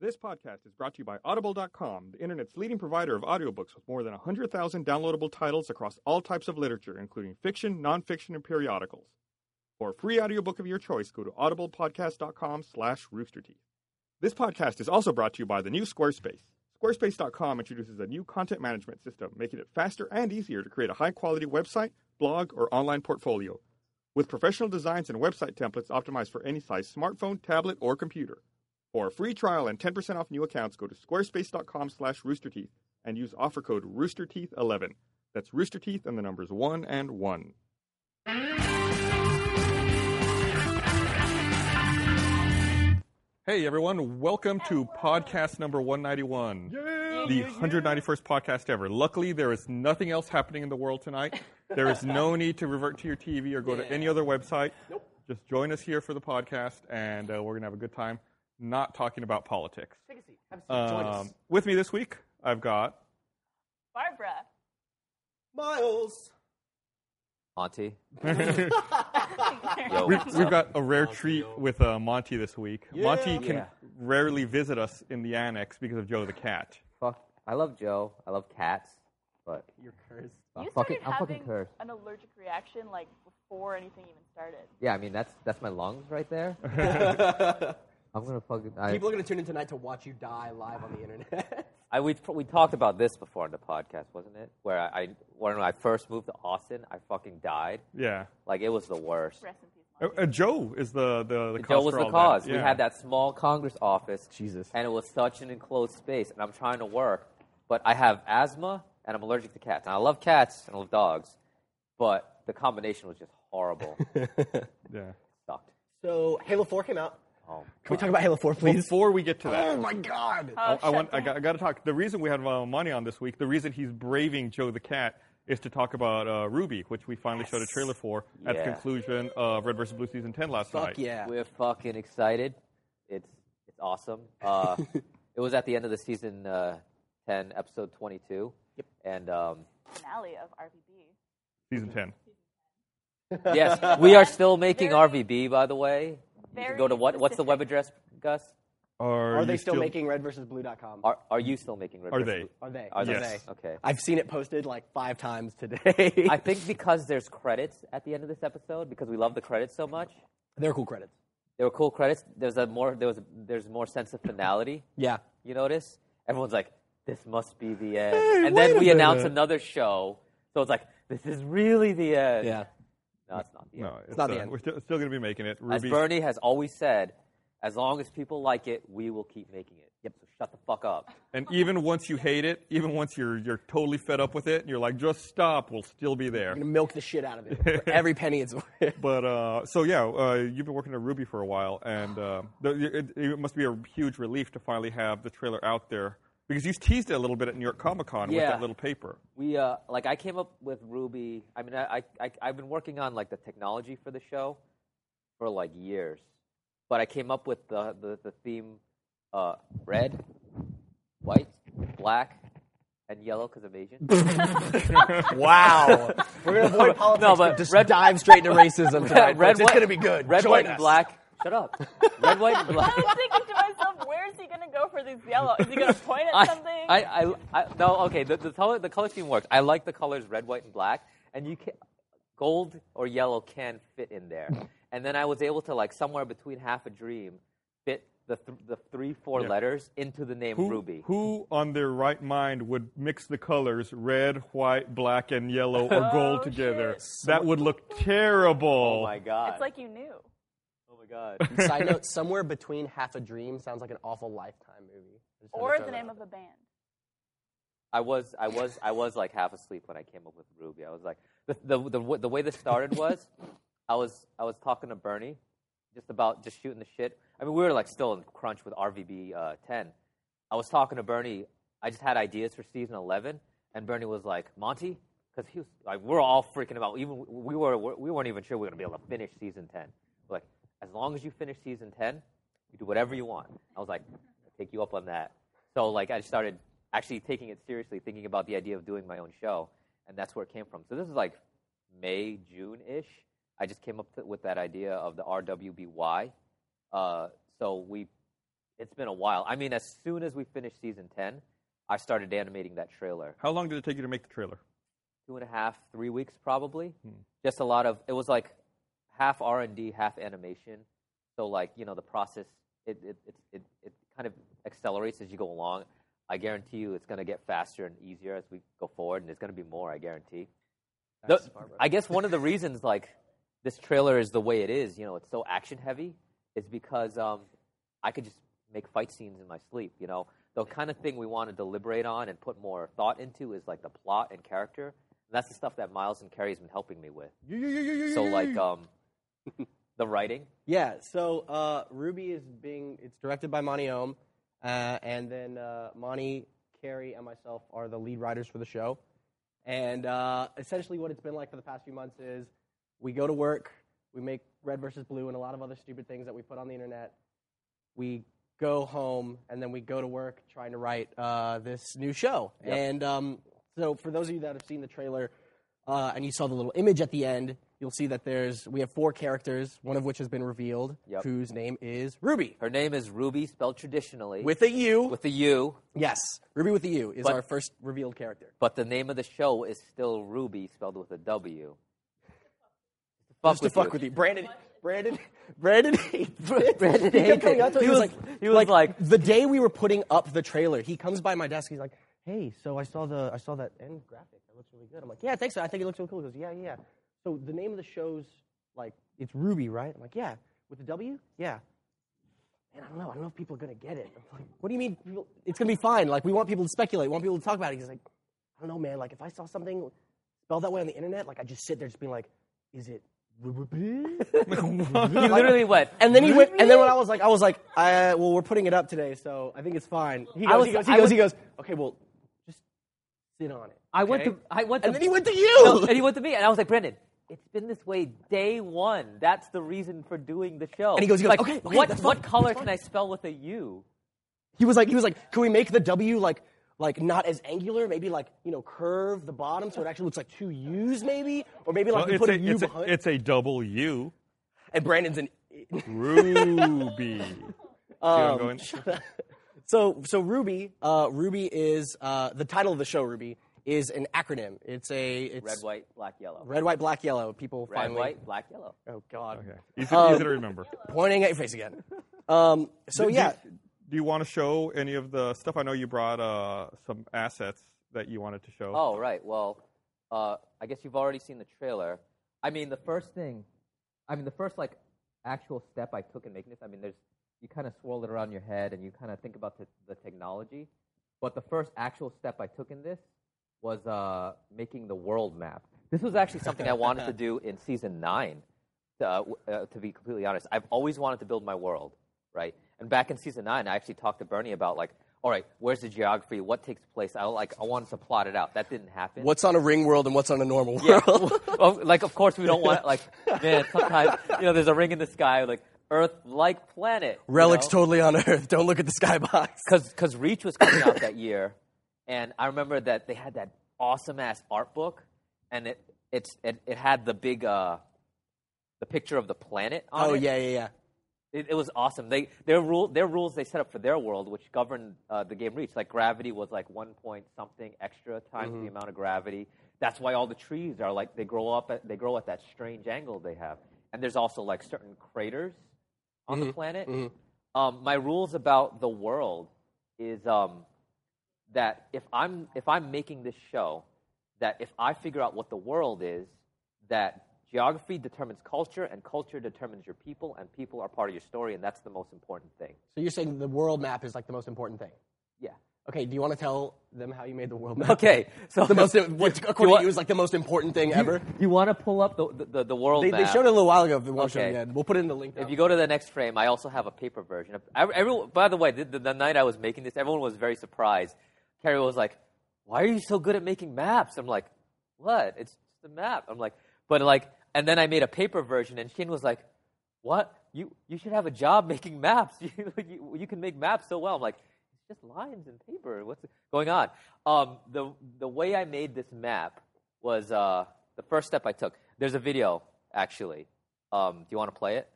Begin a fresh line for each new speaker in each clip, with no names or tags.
This podcast is brought to you by Audible.com, the internet's leading provider of audiobooks with more than 100,000 downloadable titles across all types of literature, including fiction, nonfiction, and periodicals. For a free audiobook of your choice, go to audiblepodcast.com slash roosterteeth. This podcast is also brought to you by the new Squarespace. Squarespace.com introduces a new content management system, making it faster and easier to create a high-quality website, blog, or online portfolio. With professional designs and website templates optimized for any size smartphone, tablet, or computer. For a free trial and 10% off new accounts, go to squarespace.com slash roosterteeth and use offer code roosterteeth11. That's roosterteeth and the numbers 1 and 1. Hey everyone, welcome to podcast number 191. The 191st podcast ever. Luckily, there is nothing else happening in the world tonight. There is no need to revert to your TV or go to any other website. Nope. Just join us here for the podcast, and uh, we're going to have a good time not talking about politics.
Take a seat. Have a seat. Join us.
Um, with me this week, I've got
Barbara.
Miles.
Auntie.
Yo,
We've, we've got a rare treat with uh, Monty this week. Monty can
Yeah.
rarely visit us in the annex because of Joe the cat.
fuck. I love Joe. I love cats. But
You're cursed.
I'm
you started
fucking, I'm
having
fucking cursed.
an allergic reaction like before anything even started.
Yeah, I mean that's that's my lungs right there. I'm gonna fucking. I,
People are going to tune in tonight to watch you die live on the internet.
I we we talked about this before on the podcast, wasn't it? Where I, I when I first moved to Austin, I fucking died.
Yeah.
Like it was the worst.
Rest in peace,
Uh,
Monty.
uh, Joe is the the, the
Joe
cause
was
for
the
all
cause.
That.
We
Yeah.
had that small Congress office.
Jesus.
And it was such an enclosed space, and I'm trying to work, but I have asthma and I'm allergic to cats. And I love cats and I love dogs, but the combination was just horrible.
Yeah.
Sucked.
so Halo 4 came out.
Oh,
Can we talk about Halo 4, please?
Before we get to that,
Oh my god.
Oh,
I, I
shut
want I
down.
got, I got to talk. The reason we have uh, Monty on this week, the reason he's braving Joe the cat, is to talk about uh, Ruby, which we finally showed a trailer for at the
Yeah.
conclusion of Red vs. Blue season ten last night.
Fuck yeah.
We're fucking excited. It's it's awesome. Uh, it was at the end of the season uh, ten, episode twenty two. Yep. And um,
finale of RVB.
Season ten.
yes, we are still making RVB. By the way, you can
Very
go to what? What's the web
specific.
address, Gus?
Are,
Are
you
they still, making red versus blue.com?
Are Are you still making? Red
Are
versus
they?
Blue?
Are they?
Are they?
Yes.
Okay.
I've seen it posted like five times today.
I think because there's credits at the end of this episode, because we love the credits so much.
They're cool credits.
There were cool credits. There's a more there was a, there's more sense of finality.
Yeah.
You notice? Everyone's like, this must be the end. and then we announce another show. So it's like, this is really the end.
Yeah.
No, it's not the
No,
end.
it's
not the
uh,
end.
We're still, still going to be making it.
As
Ruby.
Bernie has always said, as long as people like it, we will keep making it. Yep. So shut the fuck up.
And even once you hate it, even once you're you're totally fed up with it, and you're like, just stop. We'll still be there.
Gonna milk the shit out of it. For every penny it's worth.
But uh, so yeah, uh, you've been working at Ruby for a while, and uh, the, it, it must be a huge relief to finally have the trailer out there because you teased it a little bit at New York Comic Con with
Yeah.
that little paper.
we uh, like I came up with Ruby. I mean, I, I I've been working on like the technology for the show for like years, but I came up with the the, the theme uh, red, white, black, and yellow because I'm Asian.
wow. We're gonna avoid politics.
No, but
just
red-
dive straight into racism tonight. folks. it's
white-
gonna be good.
Red,
Join
white,
us.
and black. Shut up. Red, white, and
I
black.
was thinking to myself, where is he going to go for these yellow? Is he going to point at
I,
something?
I, I, I, no, okay. The, the color, the color scheme works. I like the colors red, white, and black, and you can, gold or yellow can fit in there.
Hmm.
And then I was able to like somewhere between half a dream fit the th- the three four
Yeah.
letters into the name
Who,
Ruby.
who on their right mind would mix the colors red, white, black, and yellow or gold
Oh,
together?
shit.
That would look terrible.
Oh my god!
it's like you knew.
oh my god!
Side note: Somewhere between half a dream sounds like an awful lifetime movie. I just had to
Or
throw
the
that
name
out
of a band.
I was I was I was like half asleep when I came up with Ruby. I was like the the the, w- the way this started was I was I was talking to Bernie just about just shooting the shit. I mean we were like still in crunch with RVB uh, 10. I was talking to Bernie I just had ideas for season eleven, and Bernie was like Monty, because he was like we're all freaking about. Even we were we weren't even sure we were gonna be able to finish season ten. We're like as long as you finish season ten, you do whatever you want. I was like, I'll take you up on that. So like I started actually taking it seriously, thinking about the idea of doing my own show, and that's where it came from. So this is like May June ish. I just came up to, with that idea of the RWBY. Uh, so we it's been a while. I mean, as soon as we finished season 10, I started animating that trailer.
How long did it take you to make the trailer?
Two and a half, three weeks probably. Just a lot of, it was like half R&D, half animation. So like, you know, the process, it, it, it, it, it kind of accelerates as you go along. I guarantee you it's going to get faster and easier as we go forward, and there's going to be more, I guarantee. The- I guess one of the reasons, like, this trailer is the way it is, you know, it's so action heavy, is because um, I could just make fight scenes in my sleep, you know. The kind of thing we want to deliberate on and put more thought into is like the plot and character. And that's the stuff that Miles and Carrie's been helping me with. So like um, the writing,
Yeah, so uh, Ruby is being it's directed by Monty Ohm, uh, and then uh, Monty, Carrie, and myself are the lead writers for the show. And uh, essentially, what it's been like for the past few months is we go to work, we make Red versus Blue and a lot of other stupid things that we put on the internet. We go home and then we go to work trying to write uh, this new show. And um, so, for those of you that have seen the trailer, uh, and you saw the little image at the end, you'll see that there's we have four characters, one of which has been revealed,
Yep.
whose name is Ruby
her name is Ruby, spelled traditionally
with a U.
with a U,
yes, Ruby with a U is
But-
our first revealed character.
but the name of the show is still Ruby, spelled with a W. Fuck
Just to fuck with you, Brandon. Brandon, Brandon hates it.
Brandon
he
hates
kept coming
it.
up to
He
me, was
was-
like,
he was like-
the day we were putting up the trailer, he comes by my desk. He's like, "Hey, so I saw the I saw that end graphic. That looks really good." I'm like, "Yeah, thanks. I think it looks really cool." He goes, "Yeah, yeah." So the name of the show's like it's Ruby, right? I'm like, "Yeah, with the W, yeah." And I don't know. I don't know if people are gonna get it. I'm like, "What do you mean? People, it's gonna be fine. Like we want people to speculate. We want people to talk about it." He's like, "I don't know, man. Like if I saw something spelled that way on the internet, like I just sit there, just being like, is it?"
He literally went,
And then he went, and then when I was like, I was like, I, well, we're putting it up today, so I think it's fine. He goes,
was-
he goes, he
I
goes,
was-
he goes, okay, well, just sit on it.
I went
okay?"
to, I went to,
and then he went to you.
No, and he went to me, and I was like, Brandon, it's been this way day one. That's the reason for doing the show. And
he goes- he goes,
like,
"Okay, okay,
what
that's
what
fine, that's
color
fine."
can I spell with a U?
He was like, he was like, can we make the W like, like not as angular, maybe like you know, curve the bottom so it actually looks like two U's, maybe, or maybe like
Well,
we
it's,
put
a,
a U
it's, a,
behind.
it's a double U.
and Brandon's an.
Ruby.
Um, So so Ruby, uh, Ruby is uh, the title of the show. Ruby is an acronym. It's a it's
Red, white, black, yellow.
red, white, black, yellow. People
Red,
finally.
white, black, yellow.
Oh God.
Easy, easy
Um,
to remember.
pointing at your face again. Um, so
Do- do-
yeah,
Do you want to show any of the stuff? I know you brought uh, some assets that you wanted to show.
Oh, right. Well, uh, I guess you've already seen the trailer. I mean, the first thing, I mean, the first like actual step I took in making this. I mean, there's you kind of swirl it around your head and you kind of think about the, the technology, but the first actual step I took in this was uh, making the world map. This was actually something I wanted to do in season nine. Uh, w- uh, to be completely honest, I've always wanted to build my world, right? And back in season nine, I actually talked to Bernie about like, all right, where's the geography? What takes place? I like, I wanted to plot it out. That didn't happen.
what's on a ring world and what's on a normal world?
Yeah. Well, like, of course, we don't want like, man. Sometimes you know, there's a ring in the sky, like Earth-like planet.
Relics
you know?
totally on Earth. Don't look at the skybox.
because because Reach was coming out that year, and I remember that they had that awesome ass art book, and it it's it, it had the big uh, the picture of the planet. On
Oh
it.
yeah, yeah, yeah.
It, it was awesome. They their rule their rules they set up for their world, which govern uh, the game Reach. Like gravity was like one point something extra times the amount of gravity. That's why all the trees are like they grow up at, they grow at that strange angle they have. And there's also like certain craters on the planet. Um, my rules about the world is um, that if I'm if I'm making this show, that if I figure out what the world is, that geography determines culture and culture determines your people and people are part of your story and that's the most important thing.
So you're saying the world map is like the most important thing?
Yeah.
Okay. Do you want to tell them how you made the world map?
Okay. So
The most what according
want-
to you is like the most important thing ever.
you want to pull up the the, the, the world
They,
map.
they showed it a little while ago. If they want to show it
Okay.
again, we'll put it in the link.
If you go to the next frame, I also have a paper version. Of, I, everyone, by the way, the, the, the night I was making this, everyone was very surprised Carrie was like, "Why are you so good at making maps?" I'm like, "What? It's just a map." I'm like, "But like," and then I made a paper version, and Shane was like, "What? You you should have a job making maps. you, you you can make maps so well." I'm like, "It's just lines and paper. What's going on?" Um, the the way I made this map was uh, the first step I took. There's a video actually. Um, do you want to play it?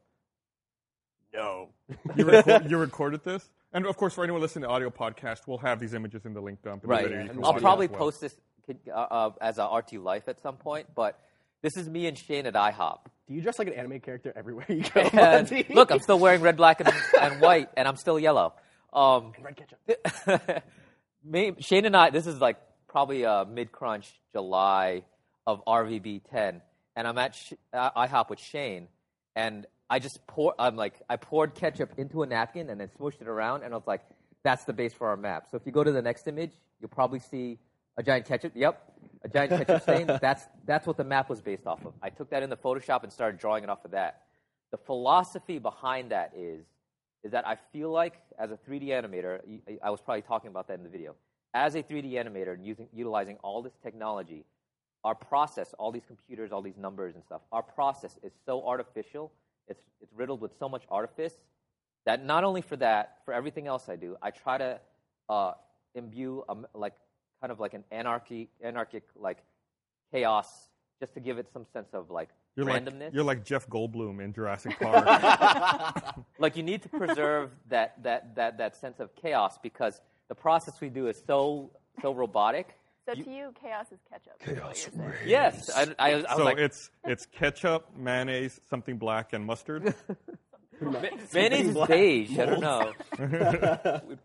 No. you, record, you recorded this? And of course, for anyone listening to the audio podcast, we'll have these images in the link dump. and the
Right.
video you can
I'll
watch
probably
as well.
post this uh, uh, as a RT Life at some point, but this is me and Shane at IHOP.
Do you dress like an anime character everywhere you go?
And
Monty?
look, I'm still wearing red, black, and, and white, and I'm still yellow. Um,
red ketchup.
me, Shane and I, this is like probably uh, mid crunch July of RVB 10, and I'm at Sh- uh, IHOP with Shane, and I just pour, I'm like, I poured ketchup into a napkin and then smooshed it around, and I was like, that's the base for our map. So if you go to the next image, you'll probably see a giant ketchup. Yep, a giant ketchup stain. That's that's what the map was based off of. I took that into Photoshop and started drawing it off of that. The philosophy behind that is is that I feel like as a 3D animator, y- I was probably talking about that in the video. As a 3D animator and using utilizing all this technology, our process, all these computers, all these numbers and stuff, our process is so artificial. It's it's riddled with so much artifice that not only for that, for everything else I do, I try to uh, imbue um, like kind of like an anarchy, anarchic like chaos, just to give it some sense of like
You're
randomness
like, you're like Jeff Goldblum in Jurassic Park.
like you need to preserve that, that, that, that sense of chaos because the process we do is so so robotic.
So to you, chaos is ketchup. Chaos.
Yes, I, I, I was
so
like,
it's it's ketchup, mayonnaise, something black, and mustard.
mayonnaise is beige. I don't know. we would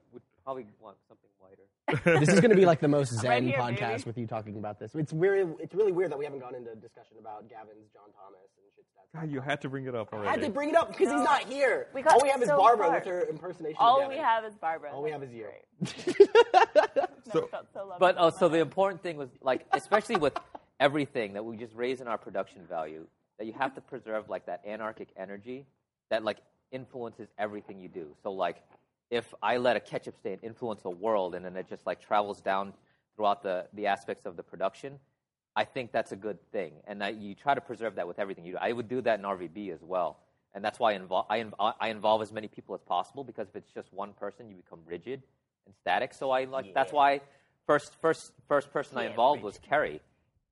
probably want something lighter.
this is going to be like the most zen
right here,
podcast
baby.
with you talking about this. It's weird. It's really weird that we haven't gone into discussion about Gavin's John Thomas and shit. like that.
God, Ah, you had to bring it up
I had
already.
to bring it up because he's not here.
We got
All we have is
so
Barbara
far.
with her impersonation. of
All
Gavin.
we have is Barbara.
All we
That's
have is you.
great. Never
So-
felt so loved
But
in my
uh, so
life.
the important thing was like, especially with everything that we just raise in our production value, that you have to preserve like that anarchic energy that like influences everything you do. So like, if I let a ketchup stain influence a world and then it just like travels down throughout the the aspects of the production, I think that's a good thing, and I, you try to preserve that with everything you do. I would do that in RVB as well, and that's why I involve I, inv- I involve as many people as possible because if it's just one person, you become rigid and static. So I like that's why first first first person I involved was Kerry.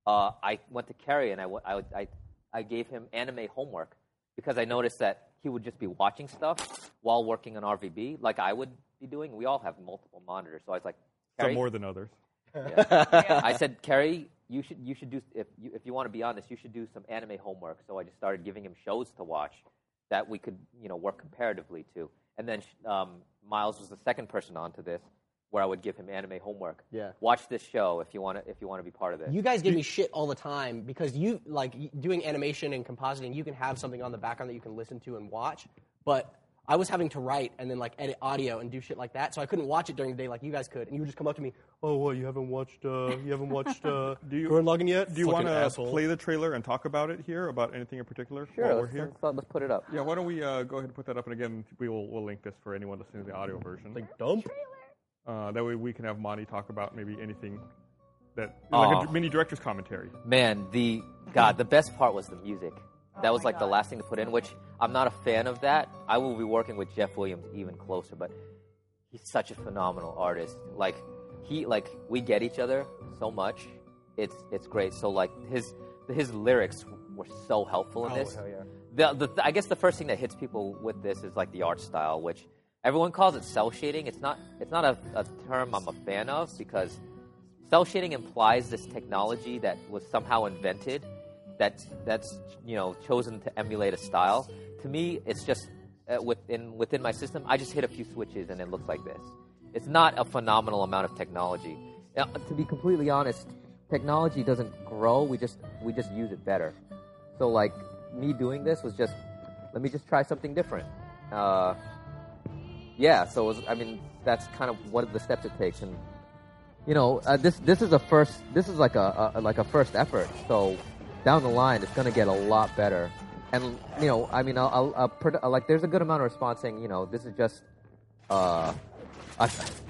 Uh, I went to Kerry and I, w- I w- I- I gave him anime homework because I noticed that he would just be watching stuff while working on RVB, like I would be doing. We all have multiple monitors, so I was like,
Some
Kerry,
more than others.
I said, Kerry, you should you should do if you, if you want to be on this, you should do some anime homework. So I just started giving him shows to watch that we could you know work comparatively to. And then um, Miles was the second person onto this, where I would give him anime homework.
Yeah.
watch this show if you want to if you want to be part of this.
You guys give me shit all the time because you like y- doing animation and compositing. You can have something on the background that you can listen to and watch, but I was having to write and then like edit audio and do shit like that, so I couldn't watch it during the day like you guys could. And you would just come up to me, "Oh, what? You haven't watched? Uh, you haven't watched uh,
Do you-
Gurren Lagann yet?
Do you want
Fucking
to
asshole."
play the trailer and talk about it here, about anything in particular while we're
let's,
here?
let's- let's put it up.
Yeah, why don't we uh, go ahead and put that up, and again, we will we'll link this for anyone listening to the audio version.
dump?
Uh, that way, we can have Monty talk about maybe anything that like a
Aw.
mini director's commentary.
Man, the God, the best part was the music. That was
Oh my
like the
God.
last thing to put in, which I'm not a fan of that. I will be working with Jeff Williams even closer, but he's such a phenomenal artist. Like he like we get each other so much. It's it's great. So like his his lyrics were so helpful in
Oh,
this. The, the I guess the first thing that hits people with this is like the art style, which everyone calls it cell shading. It's not it's not a, a term I'm a fan of because cell shading implies this technology that was somehow invented that's that's you know chosen to emulate a style to me it's just uh, within within my system i just hit a few switches and it looks like this it's not a phenomenal amount of technology Uh, to be completely honest technology doesn't grow we just we just use it better so like me doing this was just let me just try something different uh, yeah so it was, i mean that's kind of one of the steps it takes and you know, uh, this this is a first. This is like a, a like a first effort. So down the line, it's going to get a lot better. And you know, I mean, I'll, I'll, I'll produ- like there's a good amount of response saying, you know, this is just uh, a,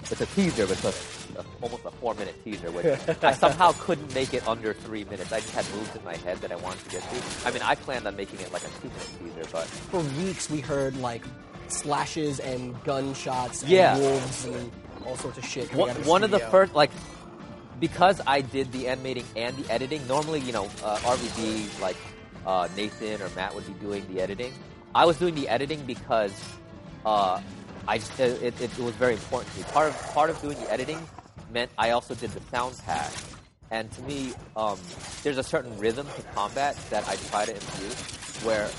it's a teaser, but it's a, a- almost a four-minute teaser, which I somehow couldn't make it under three minutes. I just had moves in my head that I wanted to get to. I mean, I planned on making it like a two-minute teaser, but
For weeks, we heard like slashes and gunshots and
Yeah.
wolves and all sorts of shit. coming
one,
out
one of the
studio.
first like because I did the animating and the editing. Normally, you know, uh, RVD like uh, Nathan or Matt would be doing the editing. I was doing the editing because uh, I just, it, it, it was very important to me. Part of part of doing the editing meant I also did the sound pack. And to me, um, there's a certain rhythm to combat that I try to infuse, where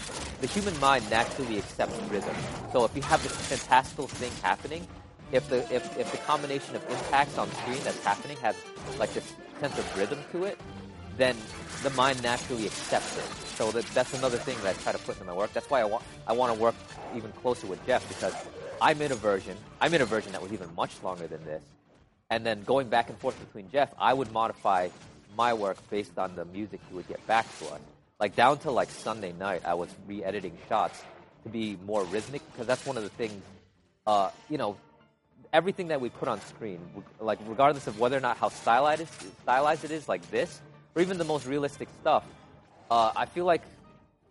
the human mind naturally accepts rhythm. So if you have this fantastical thing happening, if the if, if the combination of impacts on screen that's happening has like this sense of rhythm to it, then the mind naturally accepts it. So that, that's another thing that I try to put in my work. That's why I want I want to work even closer with Jeff because I made a version. I made a version that was even much longer than this, and then going back and forth between Jeff, I would modify my work based on the music he would get back to us. Like down to like Sunday night, I was re-editing shots to be more rhythmic because that's one of the things, uh, you know, everything that we put on screen, like regardless of whether or not how stylized it is, stylized it is like this, or even the most realistic stuff, uh, I feel like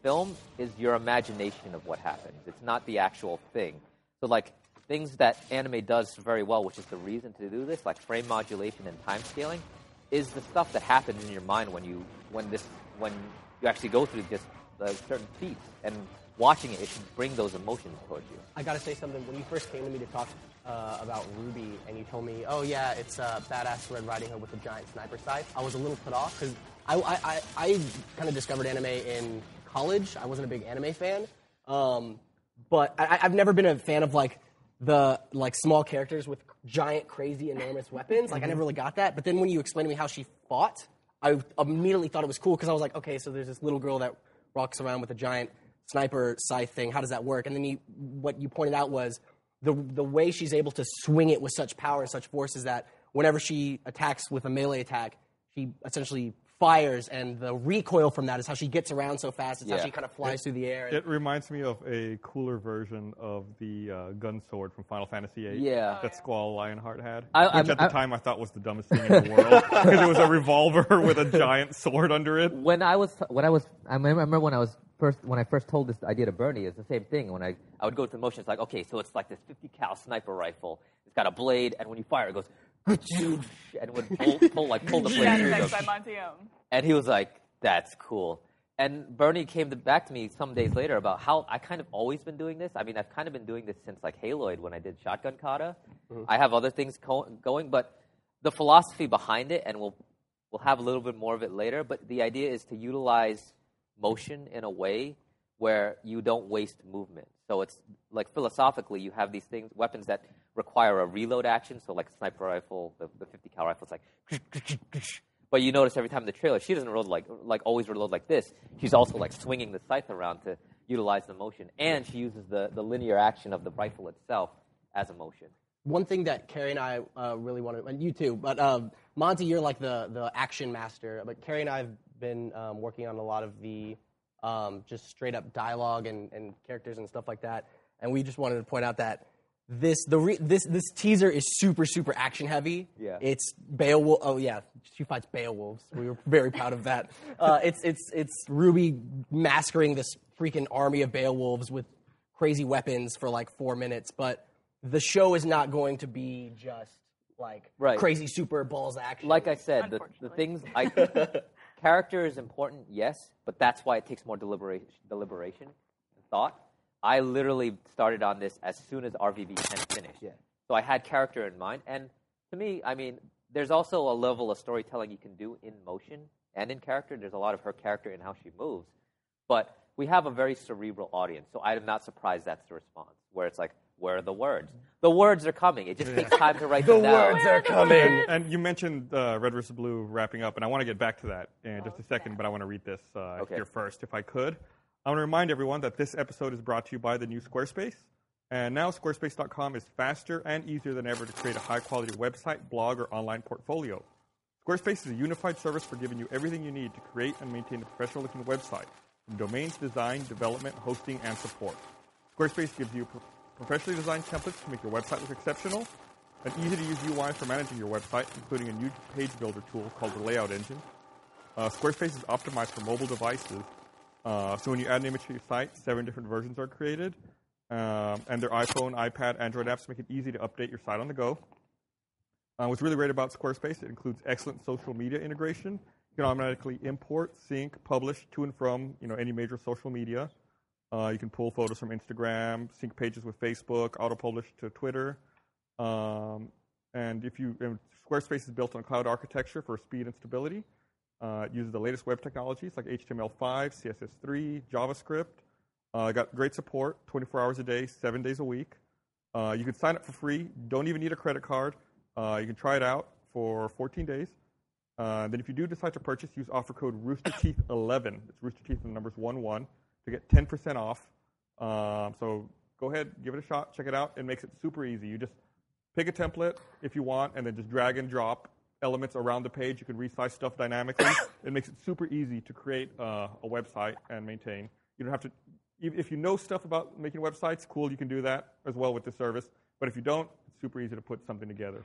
film is your imagination of what happens. It's not the actual thing. So like things that anime does very well, which is the reason to do this, like frame modulation and time scaling, is the stuff that happens in your mind when you when this when you actually go through just uh, certain feats and watching it, it should bring those emotions towards you.
I gotta say something. When you first came to me to talk uh, about Ruby, and you told me, "Oh yeah, it's uh, badass Red Riding Hood with a giant sniper scythe," I was a little put off because I, I, I, I kind of discovered anime in college. I wasn't a big anime fan, um, but I, I- I've never been a fan of like the like small characters with giant, crazy, enormous weapons. Like I never really got that. But then when you explained to me how she fought, I immediately thought it was cool because I was like, okay, so there's this little girl that walks around with a giant sniper scythe thing. How does that work? And then you, what you pointed out was the the way she's able to swing it with such power and such force is that whenever she attacks with a melee attack, she essentially fires, and the recoil from that is how she gets around so fast. It's how
Yeah.
she kind of flies through the air. and-
It reminds me of a cooler version of the uh, gun sword from Final Fantasy VIII.
Yeah.
That Squall Lionheart had.
I-
which
I'm-
at the
I-
time I thought was the dumbest thing in the world. Because it was a revolver with a giant sword under it.
when I was when I was I remember, I remember when I was first when I first told this idea to Bernie it's the same thing when I I would go through the motions like okay so it's like this 50 cal sniper rifle it's got a blade and when you fire it goes and would pull, pull like pull the blade
Sound
through
effects
goes,
by Montione.
and he was like, "That's cool." And Bernie came to, back to me some days later about how I kind of always been doing this. I mean, I've kind of been doing this since like Haloid when I did Shotgun Kata. I have other things co- going, but the philosophy behind it, and we'll we'll have a little bit more of it later. But the idea is to utilize motion in a way where you don't waste movement. So it's like philosophically, you have these things, weapons that require a reload action. So like sniper rifle, the, the 50 cal rifle, it's like, but you notice every time in the trailer, she doesn't reload like like always reload like this. She's also like swinging the scythe around to utilize the motion, and she uses the, the linear action of the rifle itself as a motion.
one thing that Carrie and I uh, really want to, and you too, but um, Monty, you're like the, the action master. But Carrie and I have been um, working on a lot of the um, just straight up dialogue and, and characters and stuff like that. And we just wanted to point out that this the re- this this teaser is super super action heavy.
Yeah.
it's Beowulf. Oh yeah, she fights Beowulfs. We were very proud of that. Uh, it's it's it's Ruby massacring this freaking army of Beowulfs with crazy weapons for like four minutes, but the show is not going to be just like
Right.
crazy super balls action.
Like I said, the, the
Unfortunately.
things I character is important, yes, but that's why it takes more deliberation, deliberation and thought. I literally started on this as soon as RVV 10 finished. So I had character in mind, and to me, I mean, there's also a level of storytelling you can do in motion and in character. There's a lot of her character and how she moves, but we have a very cerebral audience, so I am not surprised that's the response. Where it's like, where are the words?
Mm-hmm.
The words are coming. It just takes time to write them down.
are coming.
And you mentioned uh, Red versus Blue wrapping up, and I want to get back to that in just a second, but I want to read this uh, here first, if I could. I want to remind everyone that this episode is brought to you by the new Squarespace. And now squarespace.com is faster and easier than ever to create a high quality website, blog, or online portfolio. Squarespace is a unified service for giving you everything you need to create and maintain a professional looking website, from domains design, development, hosting, and support. Squarespace gives you pro- professionally designed templates to make your website look exceptional, an easy-to-use UI for managing your website, including a new page builder tool called the Layout Engine. Uh, Squarespace is optimized for mobile devices, uh, so when you add an image to your site, seven different versions are created, um, and their iPhone, iPad, Android apps make it easy to update your site on the go. Uh, what's really great about Squarespace, it includes excellent social media integration. You can automatically import, sync, publish to and from you know any major social media. Uh, you can pull photos from Instagram, sync pages with Facebook, auto publish to Twitter. Um, and if you and Squarespace is built on cloud architecture for speed and stability. Uh, it uses the latest web technologies like HTML5, CSS3, JavaScript. Uh, got great support, 24 hours a day, seven days a week. Uh, you can sign up for free. Don't even need a credit card. Uh, you can try it out for 14 days. Uh, then, if you do decide to purchase, use offer code roosterteeth11. It's roosterteeth and the numbers one one to get 10% off. Um, so go ahead, give it a shot, check it out. It makes it super easy. You just pick a template if you want, and then just drag and drop elements around the page. You can resize stuff dynamically. it makes it super easy to create uh, a website and maintain. You don't have to. If if you know stuff about making websites, cool, you can do that as well with the service. But if you don't, it's super easy to put something together.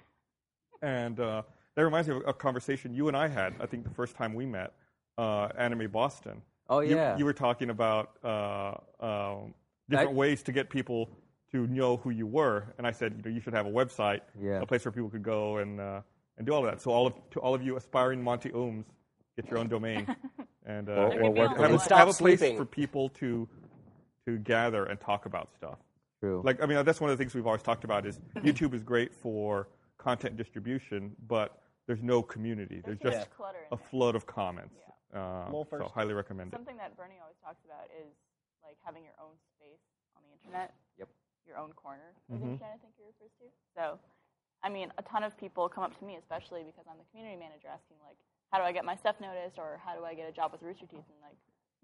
And uh, that reminds me of a conversation you and I had, I think the first time we met, uh, Anime Boston.
Oh,
You-
yeah.
You, were talking about uh, um, different
I-
ways to get people to know who you were. And I said, you know, you should have a website,
Yeah.
a place where people could go and, uh, and do all of that. So all of, to all of you aspiring Monty Ooms, get your own domain. and uh,
Or- or
have,
work
have
on it.
a,
And
stop
have a place
sleeping.
for people to, to gather and talk about stuff.
True.
Like, I mean, that's one of the things we've always talked about is YouTube is great for content distribution, but there's no community. There's
There's
just
huge clutter in
a
there.
flood of comments. Um,
Well,
so
first-
highly recommend it.
Something that Bernie always talks about is like having your own space on the internet.
Yep. Mm-hmm.
Your own corner. of the internet, I think you refers to. So, I mean, a ton of people come up to me, especially because I'm the community manager, asking like, "How do I get my stuff noticed?" or "How do I get a job with Rooster Teeth?" And like,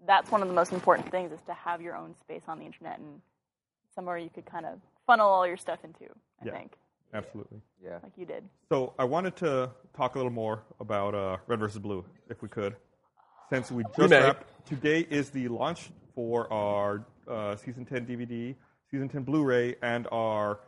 that's one of the most important things is to have your own space on the internet and somewhere you could kind of funnel all your stuff into. I
Yeah.
think,
Absolutely.
Yeah.
like you did.
So I wanted to talk a little more about uh, Red versus Blue, if we could, since we just
may.
wrapped. Today is the launch for our uh, season 10 DVD, season 10 Blu-ray, and our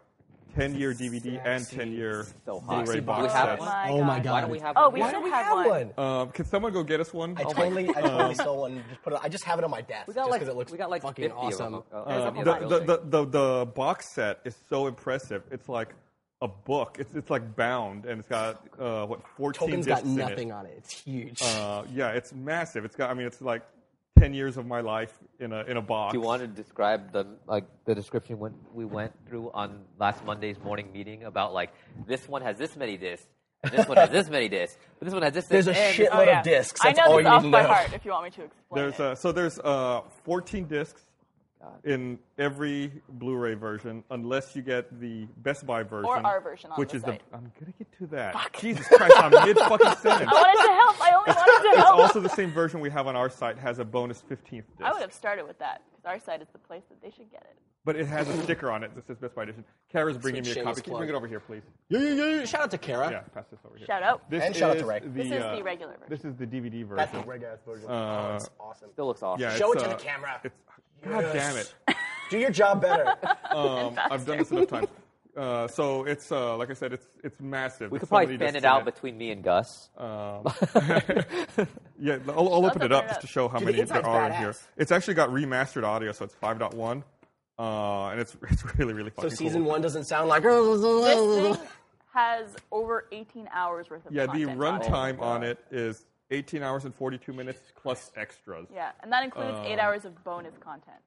10-year DVD and 10-year
So hot.
Blu-ray
Sexy
box
box
set.
set.
My
oh my
God.
god.
Why don't we have?
Oh,
one? Oh
we
Why
should
don't we
have
have
one.
one?
Um, can someone go get us one? Oh
I totally, I totally stole one. and Just put it. I just have it on my desk.
We got
just
like-
'cause it looks
we got like
fucking
50 of them.
awesome.
Uh,
There's
Uh,
a whole
the,
bunch.
the, the, the, the box set is so impressive. It's like a book. It's it's like bound, and it's got uh, what 14
Tolkien's
discs
got
in
nothing
it.
on it. It's huge.
Uh, yeah, it's massive. It's got. I mean, it's like 10 years of my life in a in a box.
Do you want to describe the like the description when we went through on last Monday's morning meeting about like this one has this many discs, and this one has this many discs, but this one has this.
There's a
disc, and
shitload
Oh, yeah.
of discs.
I
That's
know
all
this
you
off
need to
by
know.
heart. If you want me to explain.
There's
it.
uh, so there's uh, 14 discs in every Blu-ray version, unless you get the Best Buy version
our version on
which
the
is
site.
the. I'm gonna get to that. Jesus Christ! I'm mid fucking sentence.
I wanted to help. I only wanted to
It's
help.
also the same version we have on our site has a bonus 15th disc.
I would have started with that because our site is the place that they should get it.
But it has a sticker on it that says Best Buy Edition. Kara's bringing me a
shameless
copy. Can you
plug.
bring it over here, please?
Yeah, yeah, yeah, yeah. Shout out to Kara.
Yeah, pass this over here.
Shout out.
This
And shout out
is
to Ray.
This is
uh,
the regular version.
This is the DVD version.
That's the regular version.
Uh,
oh, it's awesome.
still looks awesome.
yeah,
Show
it's,
it to
uh,
the camera.
It's, God damn it.
Do your job better.
Um, I've done this enough times. Uh, so it's uh, like I said, it's it's massive.
We could probably fan it out between me and Gus.
Yeah, I'll, I'll open it up
it
just
up.
to show how
Dude, the
many there
inside's
are in here.
badass.
It's actually got remastered audio, so it's 5.1, uh, and it's it's really really
so
fucking
season
cool.
one doesn't sound like.
This thing has over 18 hours worth of
Yeah, the
content on it.
runtime on it is 18 hours and 42 minutes plus extras.
Yeah, and that includes
Uh,
eight hours of bonus content.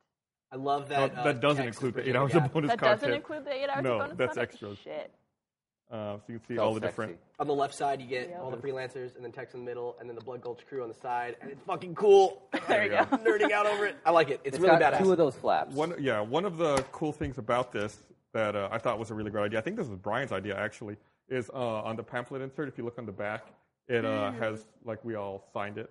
I love that.
uh,
that doesn't include the eight hours of bonus
That
content.
doesn't include the eight hours
No,
of bonus
that's
content.
extras.
Shit.
Uh, so you can see
So
all the
sexy.
different.
On the left side, you get all the freelancers, and then Tex in the middle, and then the Blood Gulch crew on the side, and it's fucking cool.
There you go.
Nerding out over it. I like it. It's,
It's
really
got
badass.
two of those flaps.
One, yeah, one of the cool things about this that uh, I thought was a really great idea. I think this was Brian's idea actually. Is uh, on the pamphlet insert. If you look on the back, it uh, has like we all signed it,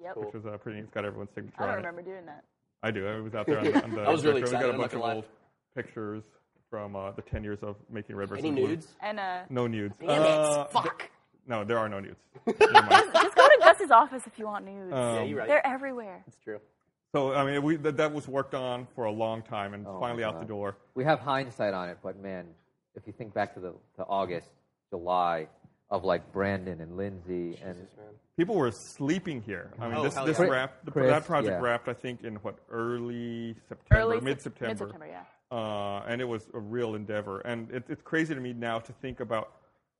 Mm-hmm. Yep.
which was uh, pretty. It's got everyone's signature
I don't
on it.
remember doing that.
I do. I was out there. On the, on the
I was
We
really excited,
got a
I'm
bunch
not
of
gonna
old
lie.
pictures from uh, the ten years of making Red versus
Any
Blue.
nudes?
And uh,
No nudes.
it.
Uh,
Fuck.
th- no, there are no nudes. Never mind.
just go to Gus's office if you want news.
Uh, Um,
yeah, you're right.
They're everywhere.
It's true.
So I mean, we,
Oh
that, that was worked on for a long time, and it's finally out the door.
We have hindsight on it, but man, if you think back to the to August, July of like Brandon and Lindsay and
People were sleeping here. I mean,
Oh,
this,
hell
this
yeah.
wrapped, the,
Chris,
that project
yeah.
wrapped, I think, in what, early
Early
September,
Sep-
mid September.
mid-September, yeah.
Uh, and it was a real endeavor. And it, it's crazy to me now to think about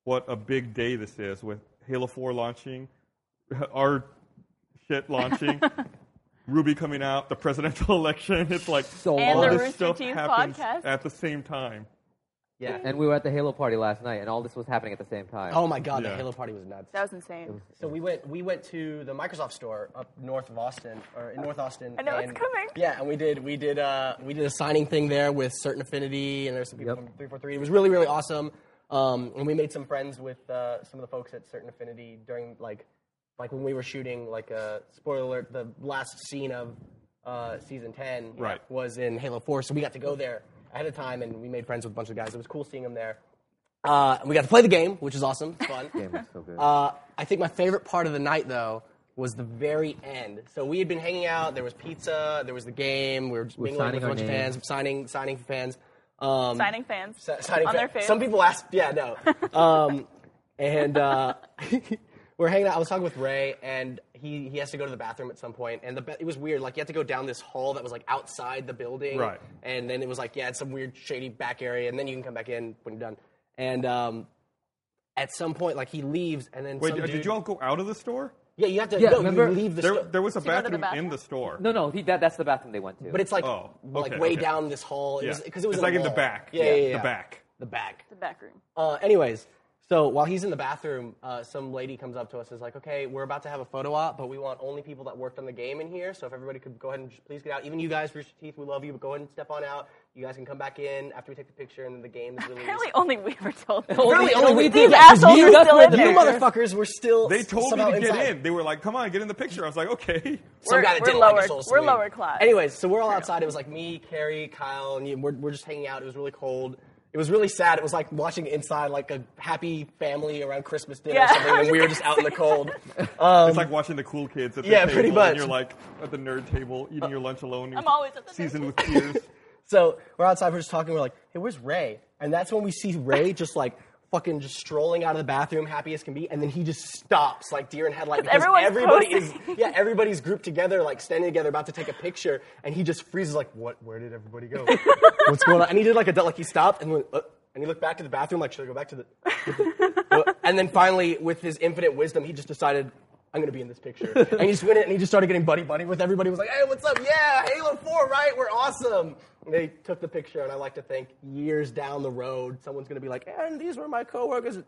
what a big day this is with Halo 4 launching, our shit launching, Ruby coming out, the presidential election. It's like
So
And
all
the
this
Rooster
stuff
Teeth
happens
podcast.
at the same time.
Yeah.
and we were at the Halo party last night, and all this was happening at the same time.
oh my god,
Yeah.
the Halo party was nuts.
That was insane.
Mm-hmm.
So we went we went to the Microsoft store up north of Austin or in North Austin.
I know it's
and,
coming.
Yeah, and we did we did uh, we did a signing thing there with Certain Affinity and there's some people
Yep.
from three four three. It was really really awesome. Um, and we made some friends with uh, some of the folks at Certain Affinity during like like when we were shooting like uh, spoiler alert the last scene of uh, season ten
Right.
was in Halo Four, so we got to go there ahead of time and we made friends with a bunch of guys. It was cool seeing them there. Uh, and we got to play the game, which is awesome, It's fun.
Game was so good.
Uh, I think my favorite part of the night, though, was the very end. So we had been hanging out. There was pizza. There was the game. We were just
We're
mingling with
signing
a
our
bunch of fans,
names.
signing, signing for fans. Um,
Signing fans
si- signing
on
fa-
their face.
Some people asked, yeah, no. Um, and uh, we're hanging out. I was talking with Ray, and he, he has to go to the bathroom at some point. And the ba- it was weird. Like you had to go down this hall that was like outside the building,
Right.
And then it was like, yeah, it's some weird shady back area, and then you can come back in when you're done. And um, at some point, like he leaves, and then
Wait,
some
did,
dude-
you all go out of the store?
yeah, you have to
Yeah,
no,
remember-
you leave the
There,
store.
there was a
go to the
bathroom, in
bathroom?
the store.
no, no, he, that, that's the bathroom they went to.
but it's like
Oh,
like
okay,
way
okay.
down this hall. It
Yeah.
was because it was
It's
a
like in the
wall.
back.
Yeah,
Yeah,
yeah, yeah.
the back.
The back.
the back room.
Uh, anyways, so while he's in the bathroom, uh, some lady comes up to us and is like, okay, we're about to have a photo op, but we want only people that worked on the game in here. So if everybody could go ahead and just please get out. Even you guys, Rooster Teeth, we love you, but go ahead and step on out. You guys can come back in after we take the picture and then the game is released.
Apparently, only we were told. that.
Apparently, only we
These
did that 'cause
assholes
you,
are still in
you
there.
motherfuckers were still
They told me
somehow
to get
inside.
in. They were like, come on, get in the picture. I was like, okay.
Some
We're-
guy that
we're
didn't like
lower-
us, so it's
we're
weird.
lower class.
Anyways, so we're all outside. It was like me, Carrie, Kyle, and you- we're, we're just hanging out. It was really cold. It was really sad. It was like watching inside like a happy family around Christmas dinner
Yeah,
or something,
I was
and we were
gonna
just out in the cold.
Um,
it's like watching the cool kids at the
Yeah,
table,
pretty much.
And you're like at the nerd table eating your lunch alone.
I'm always at the nerd
seasoned with
table.
tears.
so we're outside. We're just talking. We're like, hey, where's Ray? And that's when we see Ray just like fucking just strolling out of the bathroom, happy as can be, and then he just stops like deer in headlight because
everyone's
everybody
posing.
is yeah everybody's grouped together like standing together about to take a picture, and he just freezes like, what? Where did everybody go? What's going on? And he did like a like he stopped and went. Uh, and he looked back to the bathroom, like, should I go back to the. and then finally, with his infinite wisdom, he just decided, I'm going to be in this picture. And he just went in and he just started getting buddy buddy with everybody. He was like, hey, what's up? Yeah, Halo 4, right? We're awesome. And they took the picture, and I like to think years down the road, someone's going to be like, and these were my coworkers.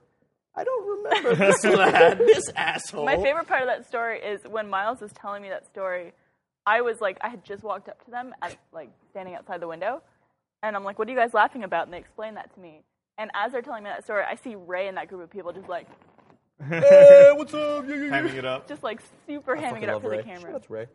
I don't remember this lad, this asshole.
My favorite part of that story is when Miles was telling me that story. I was like, I had just walked up to them, at, like standing outside the window, and I'm like, "What are you guys laughing about?" And they explained that to me. And as they're telling me that story, I see Ray and that group of people just like,
Hey, what's up? Yeah, yeah, yeah.
Hanging it up.
just like super hamming it up to the
Shout
camera.
out to Ray.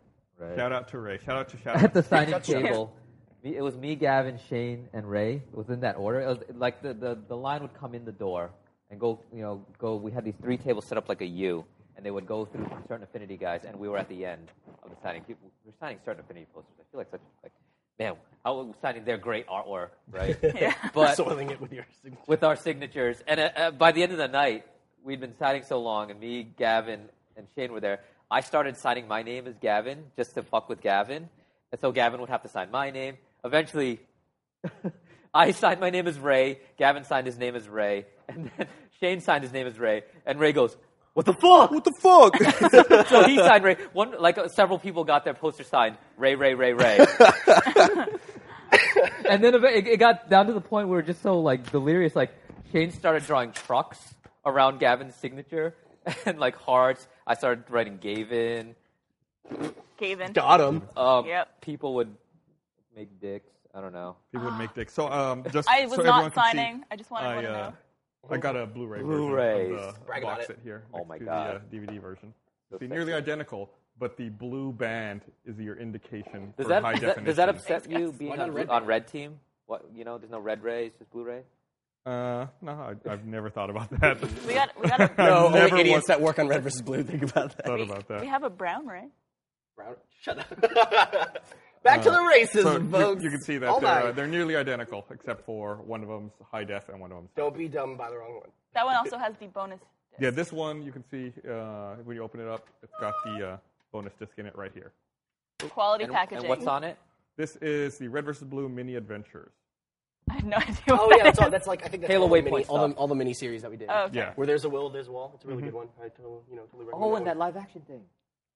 Shout out to Ray. Shout out to shout out.
at the signing table. me- It was me, Gavin, Shane, and Ray. It was in that order. It was like the, the, the line would come in the door and go, you know, go. We had these three tables set up like a U, and they would go through certain affinity guys, and we were at the end of the signing. People we were signing certain affinity posters. I feel like such like, man, I was signing their great artwork, right? But
Soiling it with your signature.
with our signatures. And uh, uh, by the end of the night, we'd been signing so long, and me, Gavin, and Shane were there. I started signing my name as Gavin just to fuck with Gavin, and so Gavin would have to sign my name. Eventually, I signed my name as Ray. Gavin signed his name as Ray, and then Shane signed his name as Ray. And Ray goes, "What the fuck? What the fuck?" so he signed Ray. One like uh, several people got their poster signed Ray, Ray, Ray, Ray. and then it, it got down to the point where we were just so like delirious. Like Shane started drawing trucks around Gavin's signature and like hearts. I started writing Gavin.
Gavin,
Got him.
Um,
Yep.
People would make dicks. I don't know.
People would make dicks. So um, just
I was
so everyone
not
can see,
signing. I just wanted
I,
everyone to
uh,
know.
I got a Blu-ray
Blu-rays.
version of the
Brag about
box
it.
set here.
Oh
next
my
to
God.
The, uh, DVD version.
So
See,
sexy.
nearly identical, but the blue band is your indication
Does
for
that,
high
does that
definition.
does that upset you being
not
on,
red?
on red team? What you know? There's no red rays, just blue ray.
Uh, no, I, I've never thought about that.
We got, we got a,
No,
I've never
only idiots
once
that work on Red versus Blue think about that.
thought about that.
we have a brown Ray.
Shut up.
Back to the races,
So you,
folks.
you can see that
Oh
they're,
my.
uh, they're nearly identical, except for one of them's high def and one of them's.
Don't be dumb by the wrong one.
That one also has the bonus. disc.
Yeah, this one you can see uh, when you open it up, it's got the uh, bonus disc in it right here.
Quality
And,
packaging.
and what's on it?
This is the Red versus Blue Mini Adventures.
I had no idea.
Oh
what that
yeah, that's all.
is.
That's like I think that's
Halo
all, the
Waypoint
mini, all, the,
stuff.
all the mini series that we did.
Oh, okay.
Yeah.
Where there's a will, there's a wall. It's a really good one. I totally, you know, totally recommend
Oh, and
that
that
one.
live action thing.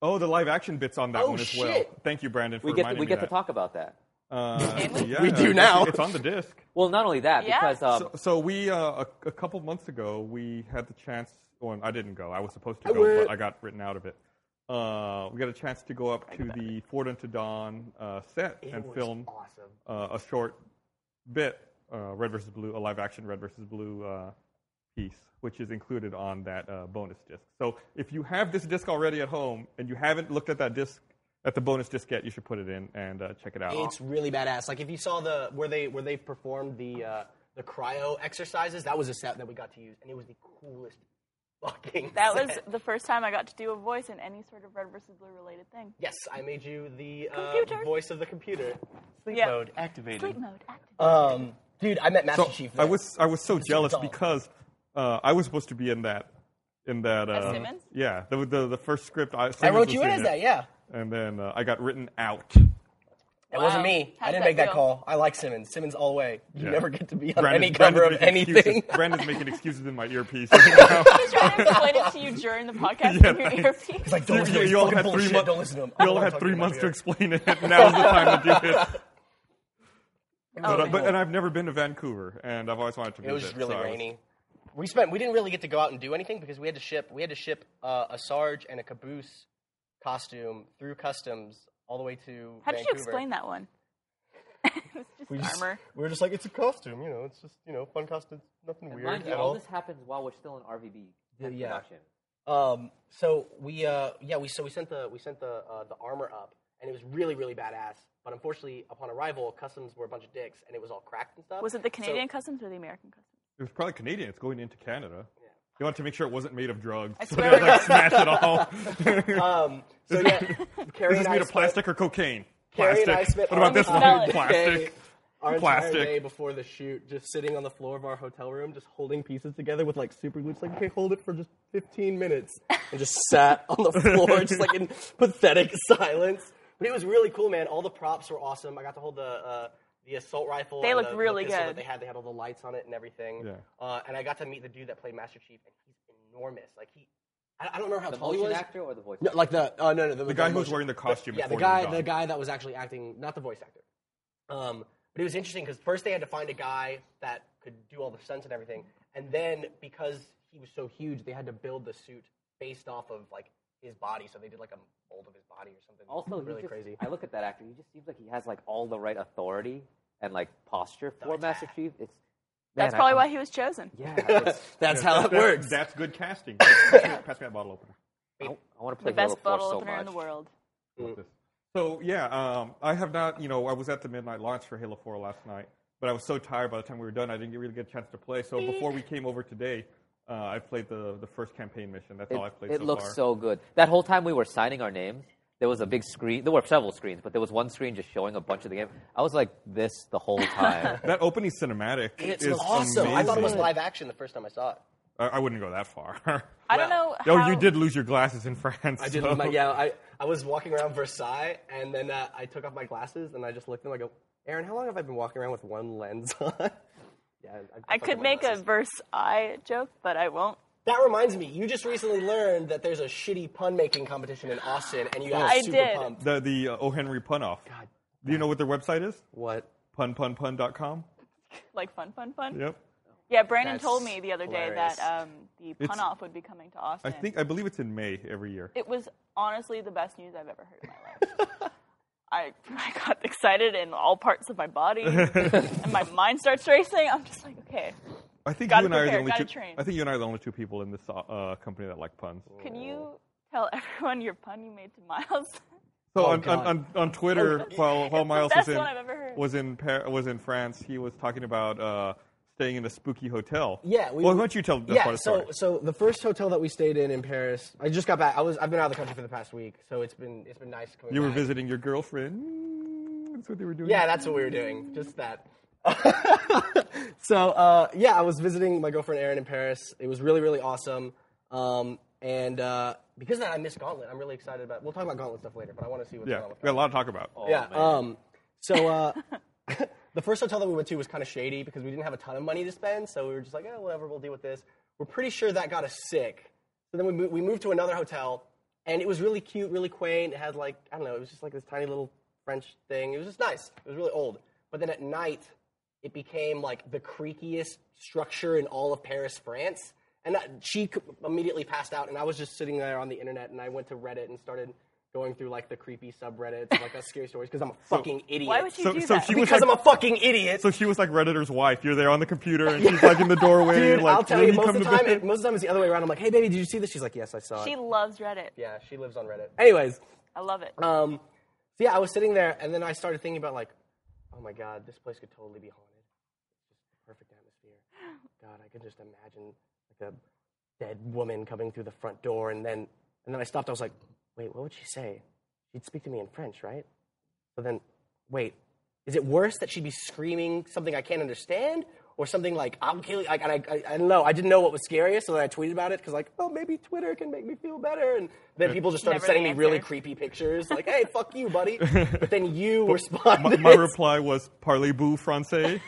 Oh, the live action bits on that
Oh,
one as well.
shit.
Thank you, Brandon, for
We get to,
reminding
we
me
get to
that.
talk about that.
Uh, yeah,
We do
it's-
now.
It's on the disc.
Well, not only that,
Yeah.
because um,
So, so we uh, a, a couple months ago we had the chance. Well, I didn't go. I was supposed to go,
went.
but I got written out of it. Uh, we got a chance to go up to the Ford and to Dawn uh, set and
was
film
awesome.
uh, a short bit, uh, Red versus Blue, a live action Red versus Blue uh, piece, which is included on that uh, bonus disc. So if you have this disc already at home and you haven't looked at that disc, at the bonus disc yet, you should put it in and uh, check it out.
Uh-huh.
It's really badass. Like if you saw the where they where they performed the uh, the cryo exercises, that was a set that we got to use, and it was the coolest fucking.
That
set.
was the first time I got to do a voice in any sort of red versus blue related thing.
Yes, I made you the uh,
Computer.
voice of the computer. Sleep
Yeah.
mode activated.
Sleep mode active.
Um, dude, I met Master
So
Chief.
I
there.
was I was so jealous
dull.
because uh, I was supposed to be in that in that uh,
Simmons?
yeah the, the the first script I,
I
Simmons
wrote
was
you in
doing
as
it.
that. Yeah,
and then uh, I got written out.
it wasn't
Wow.
me.
How
I
did
didn't
that
make that
feel?
call. I like Simmons. Simmons all the way. You
Yeah.
never get to be on
Brandon's-
any cover
Brandon's
of
making excuses-
anything.
Brandon's making excuses in my earpiece. you,
Trying to explain it to you during the podcast
Yeah,
in your
thanks.
earpiece.
It's like don't listen
you- you
to him. He's
all
fucking
had three
bullshit.
months.
Don't listen to him. Oh, I
You
don't
all
wanna
had
talk
three
about
months
you.
to explain it. Now's the time to do it. But, uh,
man.
but and I've never been to Vancouver, and I've always wanted to.
It was
visit,
really
so I
rainy. We spent. We didn't really get to go out and do anything because we had to ship. We had to ship uh, a Sarge and a Caboose costume through customs all the way to.
How did you explain that one? it's just armor.
We were just like, it's a costume, you know. It's just you know, fun costume. Nothing
and
weird
mind you,
at
all
all.
this happens while we're still in RVB
yeah.
production.
Um, so we, uh, yeah, we so we sent the we sent the uh, the armor up, and it was really really badass. But unfortunately, upon arrival, customs were a bunch of dicks, and it was all cracked and stuff.
Was it the
So-
Canadian customs or the American customs?
It was probably Canadian. It's going into Canada. You want to make sure it wasn't made of drugs.
I
so
swear
they
to
like smash it all.
Um, so yeah, Carrie
Is this
and I
made of
spent-
plastic or cocaine?
Carrie and I
Plastic.
spent
What
all
about this
the
one?
time
day,
Plastic.
our entire
Plastic.
day before the shoot, just sitting on the floor of our hotel room, just holding pieces together with like super glue. Just like, okay, hold it for just 15 minutes, and just sat on the floor, just like in pathetic silence. But it was really cool, man. All the props were awesome. I got to hold the uh, the assault rifle.
They
and
looked
the,
really
the pistol That
good.
they had they had all the lights on it and everything.
Yeah.
Uh, and I got to meet the dude that played Master Chief, and he's enormous. Like he, I, I don't know how
The
tall he
motion
was.
actor or the voice
No,
actor?
like the uh, no no the,
The guy who was
motion-
wearing the costume.
yeah, the
before he was
guy,
on.
the guy that was actually acting, not the voice actor. Um, but it was interesting because first they had to find a guy that could do all the stunts and everything, and then because he was so huge, they had to build the suit based off of like his body. So they did like a mold of his body or something.
Also, he
really
just-
crazy.
I look at that actor. He just seems like he has like all the right authority and like posture for Master Chief. It's man,
That's probably
I,
why he was chosen.
Yeah, it's,
That's how it
That-
works.
That's good casting. pass, me, pass me that bottle opener.
I, want to play
The best
Halo
bottle
4 so
opener
much.
in the world.
So yeah, um, I have not. You know, I was at the midnight launch for Halo Four last night, but I was so tired by the time we were done, I didn't get- really get a chance to play. So before we came over today, uh, I played the the first campaign mission. That's
It,
all Oh, I played.
it
so
looks
far.
so good. That whole time we were signing our names, there was a big screen. There were several screens, but there was one screen just showing a bunch of the game. I was like this the whole time.
That opening cinematic
It's
is
awesome. I thought it was
amazing.
live action the first time I saw it.
I, I wouldn't go that far.
I don't know.
Oh,
how-
you did lose your glasses in France.
I did.
so-
My, yeah, I, I was walking around Versailles, and then uh, I took off my glasses, and I just looked at them. I go, Aaron, how long have I been walking around with one lens on? yeah, I,
I could make a verse I joke, but I won't.
That reminds me, you just recently learned that there's a shitty pun making competition in Austin, and you got
I
super
did.
pumped.
The the uh, O Henry pun off. Do you know what their website is?
What?
Punpunpun.com.
Like fun, fun, fun.
Yep.
Yeah, Brandon
That's
told me the other day
hilarious.
that um, the
It's-
pun off would be coming to
I
Austin.
think I believe it's in May every year.
it was honestly the best news I've ever heard in my life. I, I got excited in all parts of my body, and my mind starts racing. I'm just like, okay,
I think you
Gotta
and I are the
prepare,
only
gotta
two.
train.
I think you and I are the only two people in this uh, company that like puns.
Oh,
can you tell everyone your pun you made to Miles?
So
Oh,
on, on,
God. Oh,
on, on Twitter, while, while Miles was
best
in
one I've ever heard.
was in Par- was in France, he was talking about uh, staying in a spooky hotel.
Yeah. we-
well, why don't you tell that
yeah,
part of the
so,
story?
So the first hotel that we stayed in in Paris, I just got back. I was I've been out of the country for the past week, so it's been it's been nice coming.
You were
back.
visiting your girlfriend. think that's what they were doing.
Yeah, that's what we were doing. Just that. so uh, yeah, I was visiting my girlfriend Erin in Paris. It was really really awesome. Um, and uh, because of that, I missed Gauntlet. I'm really excited about. We'll talk about Gauntlet stuff later, but I want to see what's
Yeah,
going on with
we got a lot to talk about.
yeah. Um, so uh, the first hotel that we went to was kind of shady because we didn't have a ton of money to spend, so we were just like, eh, whatever, we'll deal with this. We're pretty sure that got us sick. So then we, mo- we moved to another hotel, and it was really cute, really quaint. It had like I don't know, it was just like this tiny little French thing. It was just nice. It was really old. But then at night, it became like the creakiest structure in all of Paris, France. And that, she c- immediately passed out, and I was just sitting there on the internet, and I went to Reddit and started going through like the creepy subreddits, like us scary stories, because I'm a fucking idiot.
Why would you
So-
do
so
that?
she was
because
like-
I'm a fucking idiot.
So she was like Redditor's wife. You're there on the computer, and she's like in the doorway.
Dude,
like,
I'll tell
"Will
you, most
come
of the
to
time,
visit?"
it, most of the time it's the other way around. I'm like, hey, baby, did you see this? She's like, yes, I saw
she
it.
loves Reddit.
Yeah, she lives on Reddit. Anyways,
I love it.
um, so yeah, I was sitting there, and then I started thinking about like, oh my god, this place could totally be haunted. It's just the perfect atmosphere. God, I could just imagine like a dead woman coming through the front door, and then and then I stopped. I was like, wait, what would she say? She'd speak to me in French, right? So then, wait, is it worse that she'd be screaming something I can't understand? Or something like I'm killing. Like, and I, I, I don't know. I didn't know what was scariest, so then I tweeted about it because like, oh, maybe Twitter can make me feel better. And then people just started
Never the
sending me really
answer.
creepy pictures, like, "Hey, fuck you, buddy." But then you respond.
my,
to
my
this.
reply was "Parlez-vous français,"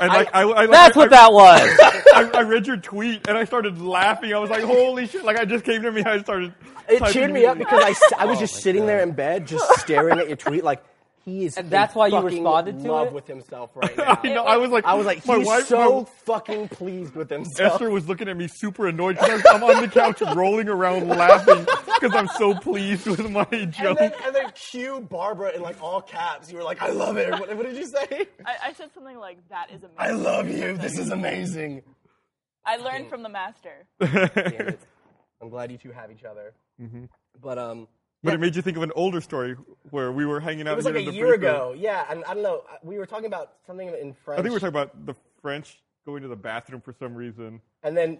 and like I, I, like,
That's
I-
what that was.
I, I read your tweet and I started laughing. I was like, "Holy shit!" Like I just came to me. I started.
it
typing
cheered me up
immediately.
because I, s- I
Oh
was just sitting there in bed, just staring at your tweet, like he is.
And that's why you
in fucking
responded to
love
it?
with himself right now.
I know. I was like,
I was like,
my
he's
wife,
so
my-
fucking pleased with himself.
Esther was looking at me super annoyed because I'm on the couch rolling around laughing because I'm so pleased with my
and
joke.
then, and then cue Barbara in like all caps. You were like, "I love it." What, what did you say?
I, I said something like, "That is amazing."
I love you. This is amazing.
I learned from the master.
Damn it. I'm glad you two have each other.
Mm-hmm.
But um,
But it made you think of an older story where we were hanging out.
it was
here
like a
in the
year
break room.
ago. Yeah, and I don't know. I- We were talking about something in French.
I think we were talking about the French going to the bathroom for some reason.
and then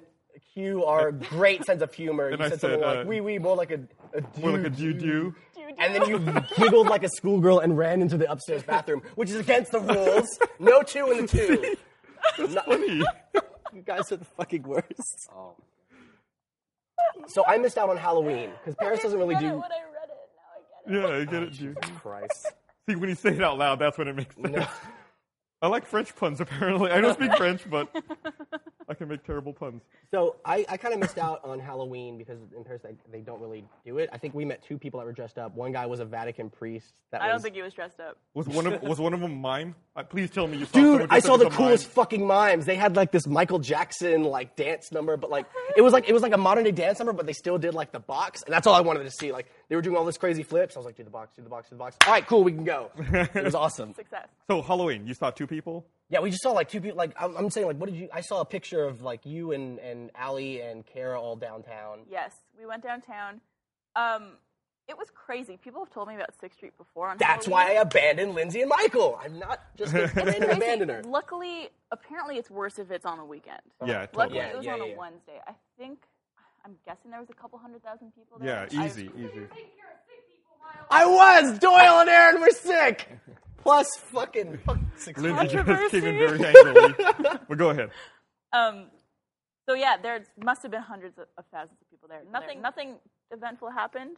cue our great sense of humor. You
I
said, something
said,
like,
uh,
"Wee wee," more like a, a
More
Mm-hmm.
like a
dude.
juju.
And then you giggled like a schoolgirl and ran into the upstairs bathroom, which is against the rules. No two in the two. Not- you guys are the fucking worst.
Oh.
So I missed out on Halloween because Paris doesn't really
I get it
do.
when I read it. Now I get it.
Yeah, I get it. Juju.
Christ.
See, when you say it out loud, that's when it makes sense.
No.
I like French puns. Apparently, I don't speak French, but I can make terrible puns.
So I, I kind of missed out on Halloween because in Paris they, they don't really do it. I think we met two people that were dressed up. One guy was a Vatican priest. That
I
was,
don't think he was dressed up.
Was one of was one of them mime? Uh, please tell me you saw.
Dude,
someone
I
dressed
saw
up as
the
a
coolest
mime.
fucking mimes. They had like this Michael Jackson like dance number, but like it was like it was like a modern day dance number, but they still did like the box, and that's all I wanted to see. Like they were doing all this crazy flips. I was like, do the box, do the box, do the box. All right, cool, we can go. It was awesome.
Success.
so Halloween, you saw two people.
Yeah, we just saw like two people. Like I'm, I'm saying, like what did you? I saw a picture of like you and and Allie and Kara all downtown.
Yes, we went downtown. Um, it was crazy. People have told me about Sixth Street before. On
That's why
Halloween.
I abandoned Lindsay and Michael. I'm not just a random abandoner.
Luckily, apparently, it's worse if it's on a weekend.
Yeah, totally.
Luckily,
Yeah,
it was
yeah,
on a
yeah.
Wednesday. I think. I'm guessing there was a couple hundred thousand people
Yeah,
there. I-
easy, easy.
I was Doyle and Aaron were sick. Plus, fucking fuck six.
Lindsay just
Controversy.
came in very angrily. but go ahead.
Um, so yeah, there must have been hundreds of, of thousands of people there. Nothing, nothing eventful happened.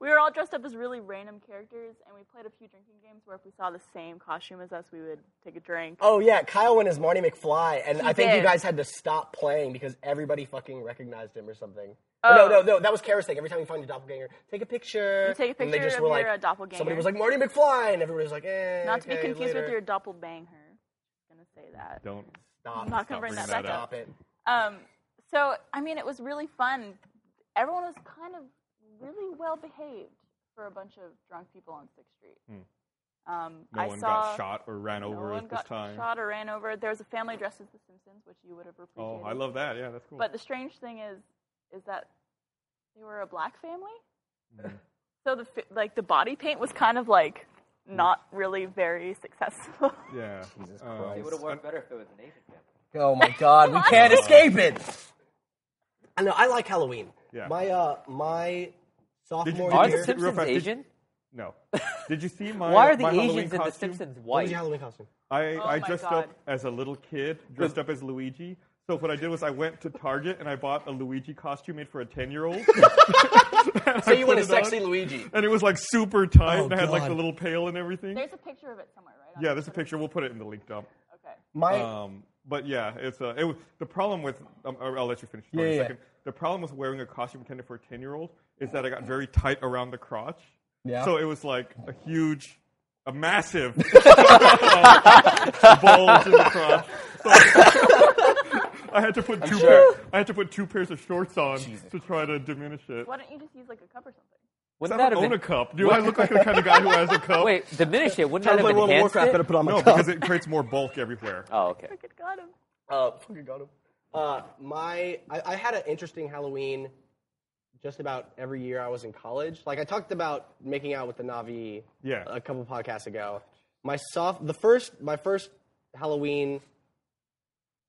We were all dressed up as really random characters, and we played a few drinking games where if we saw the same costume as us, we would take a drink.
Oh yeah, Kyle went as Marty McFly, and I think you
did.
guys had to stop playing because everybody fucking recognized him or something. Oh, No, no, no, that was Kara's thing. Every time you find a doppelganger, take a picture.
Oh. You take a
and they
picture
just
of
were
your,
like,
uh, doppelganger.
Somebody was like Marty McFly, and everybody was like, eh.
Not to be
okay,
confused
later.
with your doppelbanger. I'm gonna say that.
Don't.
Stop.
I'm not gonna
stop
bring
bringing
that
that
back
up.
up.
Stop it.
Um, so I mean, it was really fun. Everyone was kind of really well behaved for a bunch of drunk people on Sixth Street. Um,
Hmm. No
I
one
saw,
got shot or ran
No
over
one
at this
got
time.
shot or ran over. There was a family dressed as the Simpsons, which you would have appreciated.
Oh, I love that. Yeah, that's cool.
But the strange thing is, is that they were a black family,
Hmm.
so the fi- like the body paint was kind of like
Hmm.
not really very successful.
yeah. Um, Jesus Christ.
It would have worked better if it was an Asian family.
Oh my god, we can't escape it. I know. I like Halloween.
Yeah.
My uh, my sophomore
Are
Are
the
the
Simpsons
year.
Simpsons
Real fast, did-
Asian?
Asian? No. Did you see my
Why are the
my Halloween
Asians in The
costume?
Simpsons
What was
white?
your Halloween costume?
I, I
my
dressed
God.
up as a little kid, dressed up as Luigi. So what I did was I went to Target and I bought a Luigi costume made for a ten year old.
So you
put
went as
it on.
sexy Luigi.
and it was like super tight
Oh,
and I had like
God.
the little pail and everything.
There's a picture of it somewhere, right? On
yeah, there's a
Twitter?
picture. We'll put it in the link dump.
Okay.
My
Um, but yeah, it's uh, it was, the problem with um, I'll I'll let you finish the story
Yeah,
in
yeah.
a second. The problem with wearing a costume intended for a ten year old is that I got very tight around the crotch.
Yeah.
So it was like a huge, a massive bulge in the crotch. So I had to put two
sure.
pair, I had to put two pairs of shorts on to try to diminish it.
Why don't you just use like a cup or something?
I
Wouldn't
don't
that have
own
been,
a cup. Do I look like the kind of guy who has a cup?
wait diminish it? Wouldn't that have
play World of
enhanced
Warcraft,
it?
better put on my
No,
cup.
because it creates more bulk everywhere.
Oh, okay.
Good God. I'm-
Uh, fucking got him. Uh, my, I, I had an interesting Halloween. Just about every year I was in college. Like I talked about making out with the Navi.
Yeah.
A couple podcasts ago. My soft, the first, my first Halloween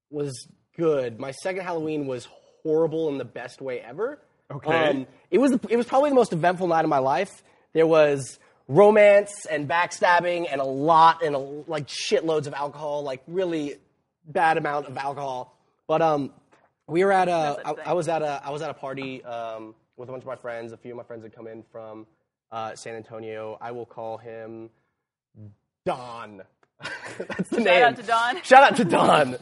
was good. My second Halloween was horrible in the best way ever. Um,
Okay.
it was the, it was probably the most eventful night of my life. There was romance and backstabbing and a lot and a, like shitloads of alcohol, like really bad amount of alcohol. But um, we were at a I, I was at a I was at a party um, with a bunch of my friends. A few of my friends had come in from uh, San Antonio. I will call him Don. That's the name.
Shout out to Don.
Shout out to Don.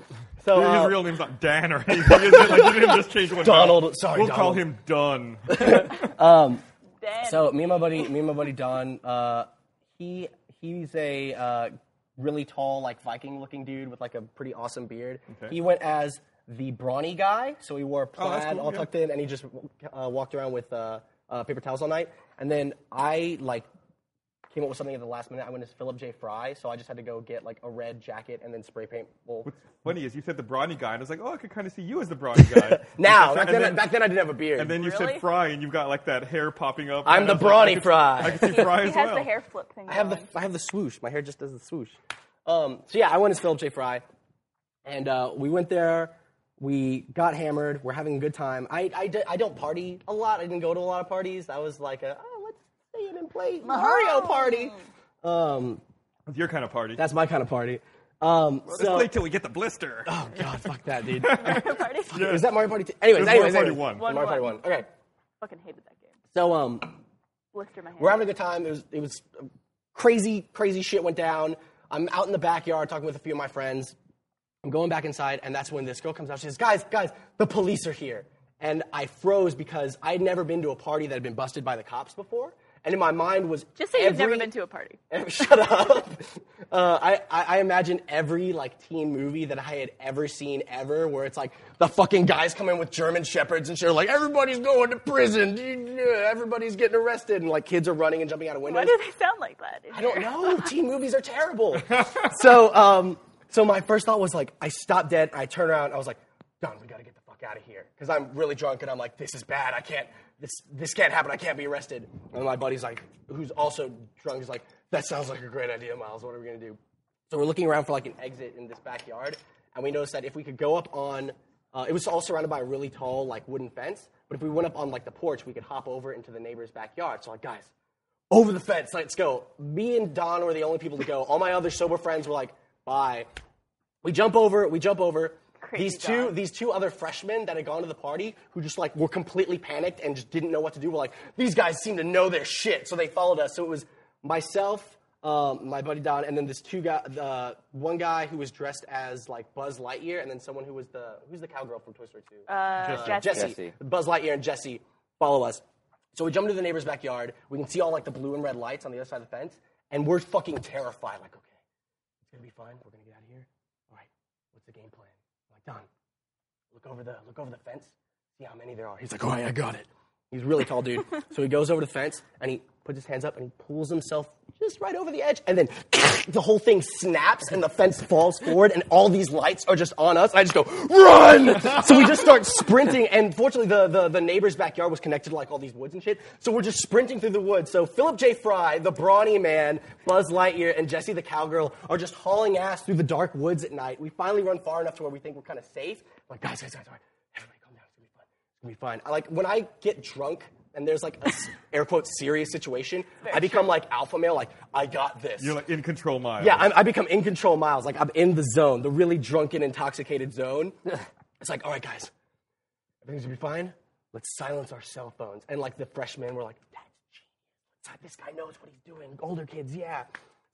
So
His
uh,
real name's not Dan or anything, is it? Like, you didn't just change one.
Donald-
down.
sorry,
We'll call
Donald.
him Dunn.
Dan.
So me and my buddy, me and my buddy Don, uh, he he's a uh, really tall, like Viking-looking dude with like a pretty awesome beard.
Okay. Oh,
He went as the brawny guy, so he wore plaid,
cool,
all
yeah.
tucked in, and he just uh, walked around with uh, uh, paper towels all night. And then I like came up with something at the last minute. I went as Philip J. Fry, so I just had to go get like a red jacket and then spray paint. Well,
What's funny is you said the brawny guy, and I was like, oh, I could kind of see you as the brawny guy.
now
And
back then,
then-
back then I didn't have a beard.
And then you
Really?
said fry, and you've got like that hair popping up.
I'm
And
the
I was like,
brawny
I could-
fry.
I can see
he,
fry
he
as
has
well.
the hair flip thing.
I have the
going.
I have the swoosh. My hair just does the swoosh. Um, so yeah, I went as Philip J. Fry, and uh, we went there. We got hammered. We're having a good time. I, I, d- I don't party a lot. I didn't go to a lot of parties. I was like, a, oh, let's stay in and play Mario party. Um,
It's your kind of party.
that's my kind of party. Um,
Let's
so
play till we get the blister.
oh god, fuck that, dude.
Party.
Is that Mario Party? Two? Anyways,
It was Mario
anyways,
Party
anyways.
one.
One,
Mario Party
one.
One. Okay,
Fucking hated that game.
so um,
Blister my hand.
We're having a good time. It was it was crazy, crazy shit went down. I'm out in the backyard talking with a few of my friends. I'm going back inside, and that's when this girl comes out. She says, "Guys, guys, the police are here!" And I froze because I'd never been to a party that had been busted by the cops before. And in my mind was
Just say you've never
every-
been to a party.
Shut up. Uh, I, I, I imagine every like teen movie that I had ever seen ever, where it's like the fucking guys come in with German shepherds and shit, like everybody's going to prison, everybody's getting arrested, and like kids are running and jumping out of
Why
windows.
do they sound like that?
I don't know. teen movies are terrible. so, um, so my first thought was like, I stopped dead. I turned around. I was like, Don, we gotta get the fuck out of here because I'm really drunk and I'm like, this is bad. I can't. This this can't happen. I can't be arrested. And my buddy's like, who's also drunk, is like, that sounds like a great idea, Miles. What are we gonna do? So we're looking around for like an exit in this backyard, and we noticed that if we could go up on, uh, it was all surrounded by a really tall like wooden fence. But if we went up on like the porch, we could hop over into the neighbor's backyard. So like, guys, over the fence, let's go. Me and Don were the only people to go. All my other sober friends were like, bye. We jump over, we jump over.
Crazy
these two
Don.
these two other freshmen that had gone to the party who just like were completely panicked and just didn't know what to do were like, these guys seem to know their shit. So they followed us. So it was myself, um, my buddy Don, and then this two guy the one guy who was dressed as like Buzz Lightyear, and then someone who was the who's the cowgirl from Toy Story 2?
Uh, Jesse.
Jesse.
Jesse.
Buzz Lightyear and Jesse follow us. So we jump into the neighbor's backyard. We can see all like the blue and red lights on the other side of the fence, and we're fucking terrified. Like, okay, it's gonna be fun. We're gonna get out of here. All right, what's the game plan? I'm like, Don, look over the look over the fence. See how many there are. He's like, all right, I got it. He's a really tall dude. so he goes over to the fence and he puts his hands up and he pulls himself just right over the edge. And then the whole thing snaps and the fence falls forward and all these lights are just on us. I just go, run! so we just start sprinting. And fortunately, the, the, the neighbor's backyard was connected to like all these woods and shit. So we're just sprinting through the woods. So Philip J. Fry, the brawny man, Buzz Lightyear, and Jesse the cowgirl are just hauling ass through the dark woods at night. We finally run far enough to where we think we're kind of safe. Like, guys, guys, guys, all right. Everybody calm down. It's gonna be fun. It's gonna be fine. I, like when I get drunk, and there's like a s- air quote serious situation, I become like alpha male. Like I got this.
You're like in control, Miles.
Yeah, I'm, I become in control, Miles. Like I'm in the zone, the really drunken, intoxicated zone. it's like, all right, guys, everything's gonna be fine. Let's silence our cell phones. And like the freshmen were like, that's genius. This guy knows what he's doing. Older kids, yeah.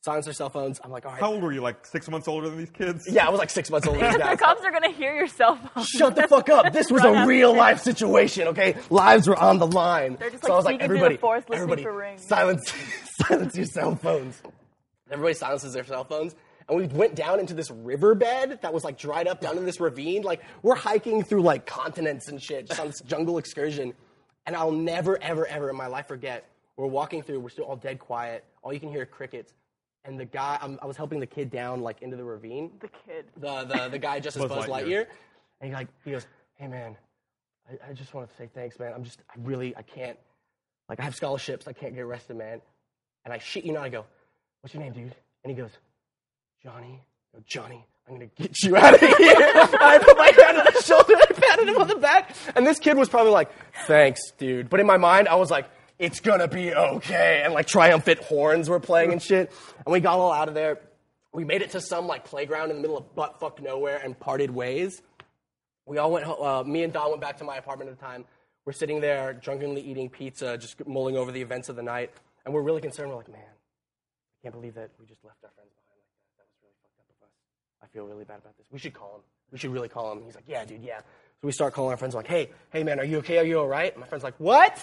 Silence their cell phones. I'm like, all right.
How old were you? Like six months older than these kids?
yeah, I was like six months older. than these
The
guys.
cops are gonna hear your cell phone.
Shut the fuck up. This was
Right
a
after
real
this.
life situation, okay? Lives were on the line.
They're just,
so
like,
I was like,
sneaking through the
everybody,
forest listening
everybody
for rings."
silence, silence your cell phones. Everybody silences their cell phones. And we went down into this riverbed that was like dried up down in this ravine. Like, we're hiking through like continents and shit, just on this jungle excursion. And I'll never, ever, ever in my life forget. We're walking through, we're still all dead quiet. All you can hear are crickets. And the guy, I'm, I was helping the kid down like into the ravine
The kid.
the, the, the guy just as
Buzz
Buzz,
Lightyear.
Lightyear. And he like he goes, Hey man, I, I just want to say thanks, man. I'm just I really I can't like I have scholarships, I can't get arrested, man. And I shit you not, I go, What's your name, dude? And he goes, Johnny, I go, Johnny, I'm gonna get you out of here. And I put my hand on his shoulder, I patted him on the back, and this kid was probably like, Thanks, dude. But in my mind, I was like, It's gonna be okay. And like triumphant horns were playing and shit. And we got all out of there. We made it to some like playground in the middle of butt fuck nowhere and parted ways. We all went. ho- Uh, me and Don went back to my apartment at the time. We're sitting there drunkenly eating pizza, just mulling over the events of the night, and we're really concerned. We're like, man, I can't believe that we just left our friends behind like that. That was really fucked up of us. I feel really bad about this. We should call him. We should really call him. He's like, yeah, dude, yeah. So we start calling our friends. Like, hey, hey, man, are you okay? Are you all right? And my friend's like, what?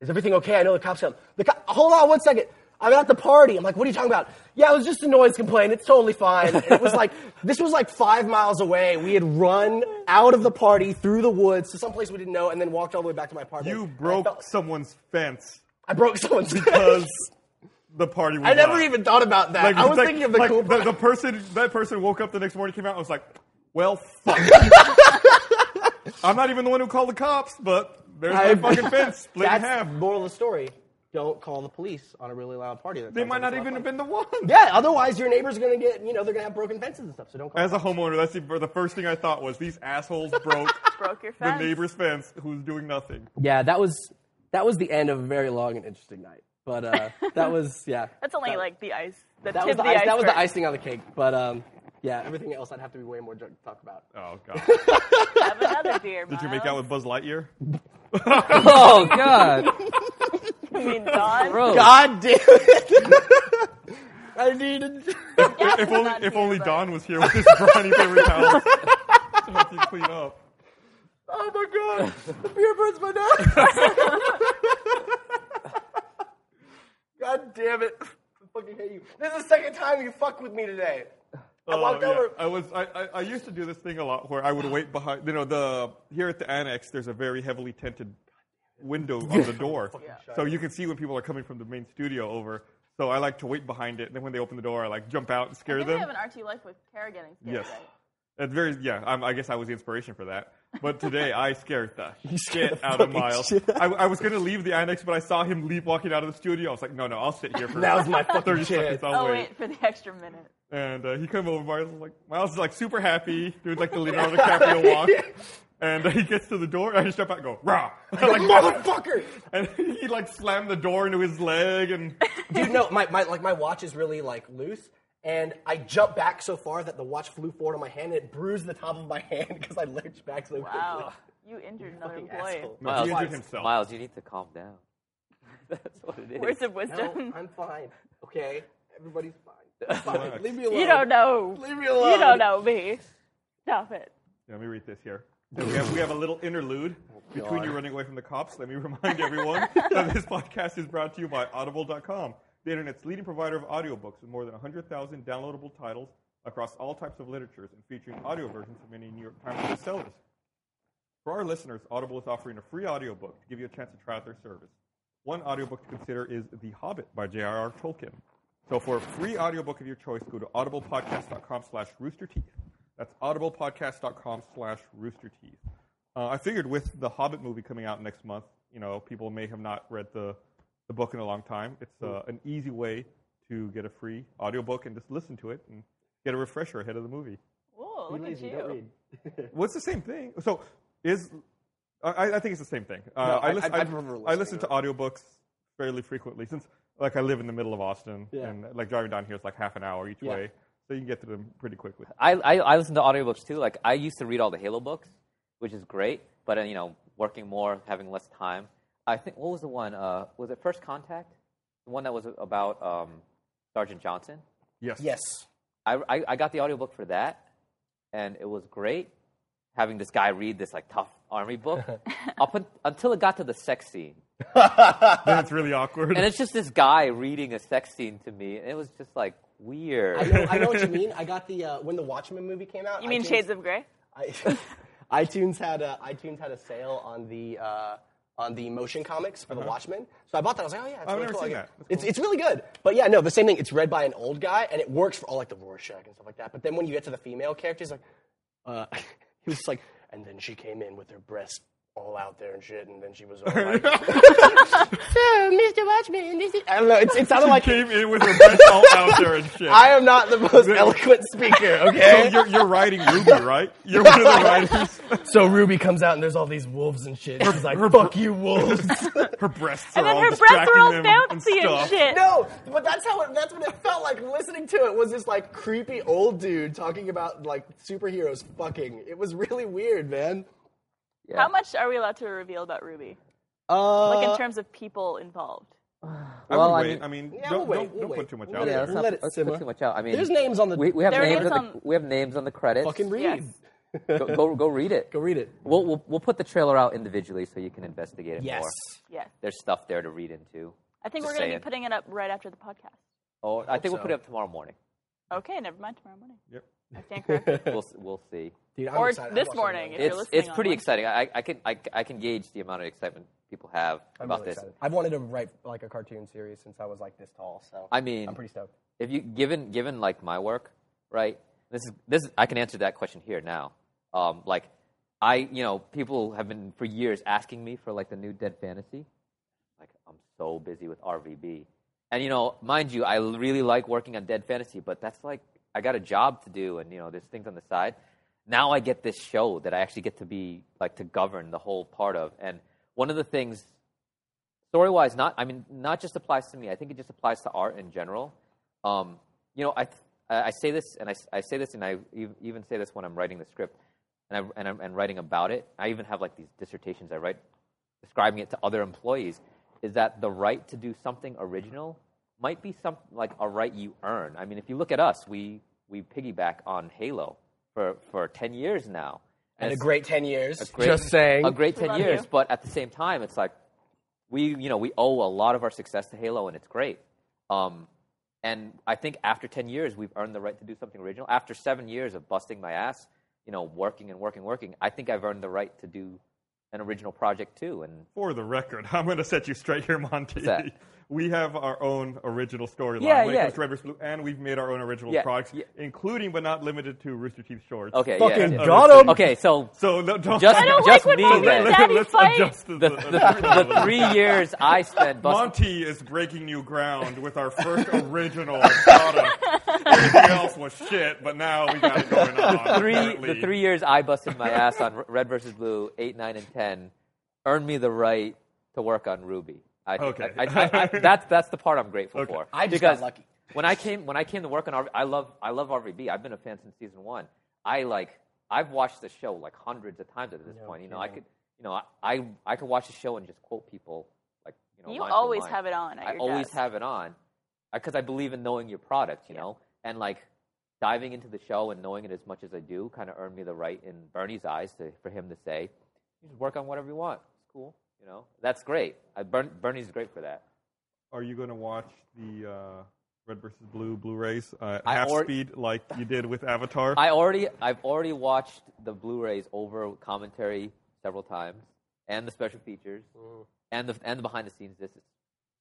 Is everything okay? I know the cops come. The co- Hold on one second. I'm at the party. I'm like, what are you talking about? Yeah, it was just a noise complaint. It's totally fine. And it was like, this was like five miles away. We had run out of the party through the woods to someplace we didn't know and then walked all the way back to my apartment.
You
And I
broke
felt-
someone's fence
I broke someone's
because the party was
I never
loud.
even thought about that. I was
like-
thinking of the
like
cool
the, the person that person woke up the next morning, came out, and was like, "Well, fuck." I'm not even the one who called the cops, but there's my fucking fence. Split in half.
That's moral of the story. Don't call the police on a really loud party. That
They
sounds
might not
like a
even
loud
have
party.
been the one.
Yeah, otherwise your neighbor's gonna get, you know, they're gonna have broken fences and stuff. So don't call.
As a homeowner, that's the, the first thing I thought was these assholes broke
Broke your
the
fence.
neighbor's fence, who's doing nothing.
yeah, that was that was the end of a very long and interesting night. But uh, that was yeah.
That's only like the ice. The
that
tip
was the,
of the
ice, that was the
iceberg.
icing on the cake. But um, yeah, everything else I'd have to be way more drunk to talk about.
Oh god!
Have another beer.
Did you make out with Buzz Lightyear?
Oh God!
I mean, Don.
Gross.
God damn it! I needed.
Yeah,
if only,
not
if
here,
only
but-
Don was here with his brownie paper towels to help you clean up.
Oh my god! The beer burns my nose! god damn it. I fucking hate you. This is the second time you fuck with me today. I
Oh,
walked
yeah.
over.
I was I, I, I used to do this thing a lot where I would wait behind you know the here at the annex there's a very heavily tinted window on the door so you can see when people are coming from the main studio over so I like to wait behind it and then when they open the door I like jump out and
I
scare
think we
them
have an RT life with Kara getting scared.
yes
Right?
that's very yeah I'm, I guess I was the inspiration for that but today I scared the
scared
shit
the
out of
fucking
Miles
shit out
I, I was gonna leave the annex but I saw him leap walking out of the studio I was like no no I'll sit here for
Now's my fucking
30
chance.
seconds I'll
Oh
wait.
wait for the extra minute.
And uh, he came over, Miles was like, Miles is like super happy, doing like the Leonardo DiCaprio walk. And uh, he gets to the door, and I step out and go, rah!
Like, motherfucker!
And he like slammed the door into his leg, and
Dude, no, my, my, like, my watch is really, like, loose. And I jumped back so far that the watch flew forward on my hand and it bruised the top of my hand because I lurched back so
Wow, you injured another
quickly.
employee.
Fucking asshole.
No, he injured
Twice.
himself.
Miles, you need to calm down. That's what it is.
Words of
No,
wisdom.
I'm fine. Okay? Everybody's fine. I'm fine. Leave me alone.
you don't know.
Leave me alone.
You don't know me. Stop it.
Yeah, let me read this here. So we, have, we have a little interlude between you running away from the cops. Let me remind everyone that this podcast is brought to you by Audible.com, the internet's leading provider of audiobooks with more than 100,000 downloadable titles across all types of literatures and featuring audio versions of many New York Times bestsellers. For our listeners, Audible is offering a free audiobook to give you a chance to try out their service. One audiobook to consider is The Hobbit by J.R.R. Tolkien. So for a free audiobook of your choice, go to audiblepodcast.com slash roosterteeth. That's audiblepodcast.com slash roosterteeth. Uh, I figured with The Hobbit movie coming out next month, you know, people may have not read the, the book in a long time. It's uh, an easy way to get a free audiobook and just listen to it and get a refresher ahead of the movie.
Whoa, look at
lazy,
you.
don't read.
What's the same thing? So is I, I think it's the same thing. Uh,
No,
I,
I-
listen,
I-
I,
I prefer
I
listening
listen to
to
audiobooks fairly frequently since, like, I live in the middle of Austin,
Yeah.
and like driving down here is like half an hour each
Yeah.
way, so you can get to them pretty quickly.
I, I I listen to audiobooks too. Like I used to read all the Halo books, which is great. But uh, you know, working more, having less time. I think what was the one? Uh, was it First Contact? The one that was about um, Sergeant Johnson.
Yes.
Yes.
I, I I got the audiobook for that, and it was great. Having this guy read this like tough army book up un- until it got to the sex scene,
Then it's really awkward.
and it's just this guy reading a sex scene to me, and it was just like weird.
I know, I know what you mean. I got the uh, when the Watchmen movie came out.
You mean
iTunes-
Shades of Grey?
I, iTunes had a, iTunes had a sale on the uh, on the motion comics for the Watchmen. So I bought that. I was like, oh yeah, it's
Uh-huh. I've
really
never
cool.
seen
I get-
that. That's
It's it's really good. But yeah, no, the same thing. It's read by an old guy, and it works for all like the Rorschach and stuff like that. But then when you get to the female characters, like uh, he was just like, and then she came in with her breasts all out there and shit, and then she was all like, so Mr. Watchman, this is I don't know. It's, it sounded like
came in with her breath all out there and shit.
I am not the most eloquent speaker.
so
Okay.
you're, you're writing Ruby, right? You're one of the writers.
So Ruby comes out and there's all these wolves and shit. She's like, "Fuck you, wolves."
Her breasts
And
are
then
all
her breasts
distracting
were all
them
bouncy and,
stuff.
shit.
no, but that's how it, that's what it felt like listening to it was this like creepy old dude talking about like superheroes fucking. It was really weird, man.
Yeah.
How much are we allowed to reveal about Ruby?
Uh,
Like in terms of people involved.
I
Well,
would
I
wait.
mean-
I mean,
Yeah,
don't,
we'll wait,
don't,
we'll
don't
wait.
put too much
We'll
out
let
there.
it-
let's not
let it
let's
simmer.
put too much out. I mean,
There's names on the-
we, we have
There are
names
names
on the,
on-
we have names on the credits.
fucking read.
Yes.
go, go go read it.
Go read it.
We'll, we'll we'll put the trailer out individually so you can investigate it
Yes.
more.
Yes.
There's stuff there to read into.
I think
Just
we're going to
saying.
be putting it up right after the podcast.
Oh, I, think we'll
so.
put it up tomorrow morning.
Okay, never mind tomorrow morning.
Yep.
I stand corrected.
We'll s- we'll see.
Dude, I'm
Or
excited. I'm
this
watching
morning,
it.
if you're
It's
listening
it's
on
pretty
Wednesday.
exciting. I, I can I, I can gauge the amount of excitement people have
I'm
about
really
this.
excited. I've wanted to write like a cartoon series since I was like this tall, so
I mean,
I'm pretty stoked.
if you given given like my work, right? This is this is- I can answer that question here now. Um, like I, you know, people have been for years asking me for like the new Dead Fantasy. Like I'm so busy with RVB, and you know, mind you, I l- really like working on Dead Fantasy, but that's like I got a job to do, and you know, there's things on the side. Now I get this show that I actually get to be like to govern the whole part of, and one of the things story wise, not I mean, not just applies to me. I think it just applies to art in general. Um, you know, I I I say this and I, I say this and I ev- even say this when I'm writing the script and I, and I'm and writing about it. I even have like these dissertations I write describing it to other employees. Is that the right to do something original might be some like a right you earn. I mean, if you look at us, we we piggyback on Halo for for ten years now.
And a
it's-
great ten years.
great-
just saying.
a great ten
Love
years.
you.
But at the same time, it's like we you know we owe a lot of our success to Halo, and it's great. Um, and I think after ten years, we've earned the right to do something original. After seven years of busting my ass, you know, working and working, working, I think I've earned the right to do an original project too. And
For the record, I'm going to set you straight here, Monty.
that?
We have our own original storyline
Yeah,
when
yeah.
it comes to Red vs. Blue, and we've made our own original
Yeah,
products,
yeah.
including but not limited to Rooster Teeth shorts.
okay,
Fucking
yeah, yeah.
got 'em.
Okay, so
So no, don't.
Just-
I don't
Just
like
me,
when mommy
then.
and
Let-
daddy
let's
fight.
adjust the,
the,
the-
the, the three years I spent busting.
Monty is breaking new ground with our first original product. Everything else was shit, but now we got it going on.
three,
apparently.
the three years I busted my ass on Red versus Blue, eight, nine, and ten, earned me the right to work on Ruby. I,
Okay.
I, I, I, that's that's the part I'm grateful
Okay.
for.
I just got
because
lucky.
when I came when I came to work on RV, I love I love RVB. I've been a fan since season one. I like I've watched the show like hundreds of times at this point. You know, I could you know I, I I could watch the show and just quote people like you know.
You
line for
always
line.
have it on at
I
your
always
desk.
have it on because I believe in knowing your product, you know, and like diving into the show and knowing it as much as I do kind of earned me the right in Bernie's eyes to, for him to say, "You just work on whatever you want. It's cool, you know. That's great. I, Bern, Bernie's great for that.
Are you going to watch the uh, Red versus Blue Blu-rays uh,
I
half
or-
speed like you did with Avatar?
I already, I've already watched the Blu-rays over commentary several times, and the special features,
Mm.
and the and the behind the scenes. This is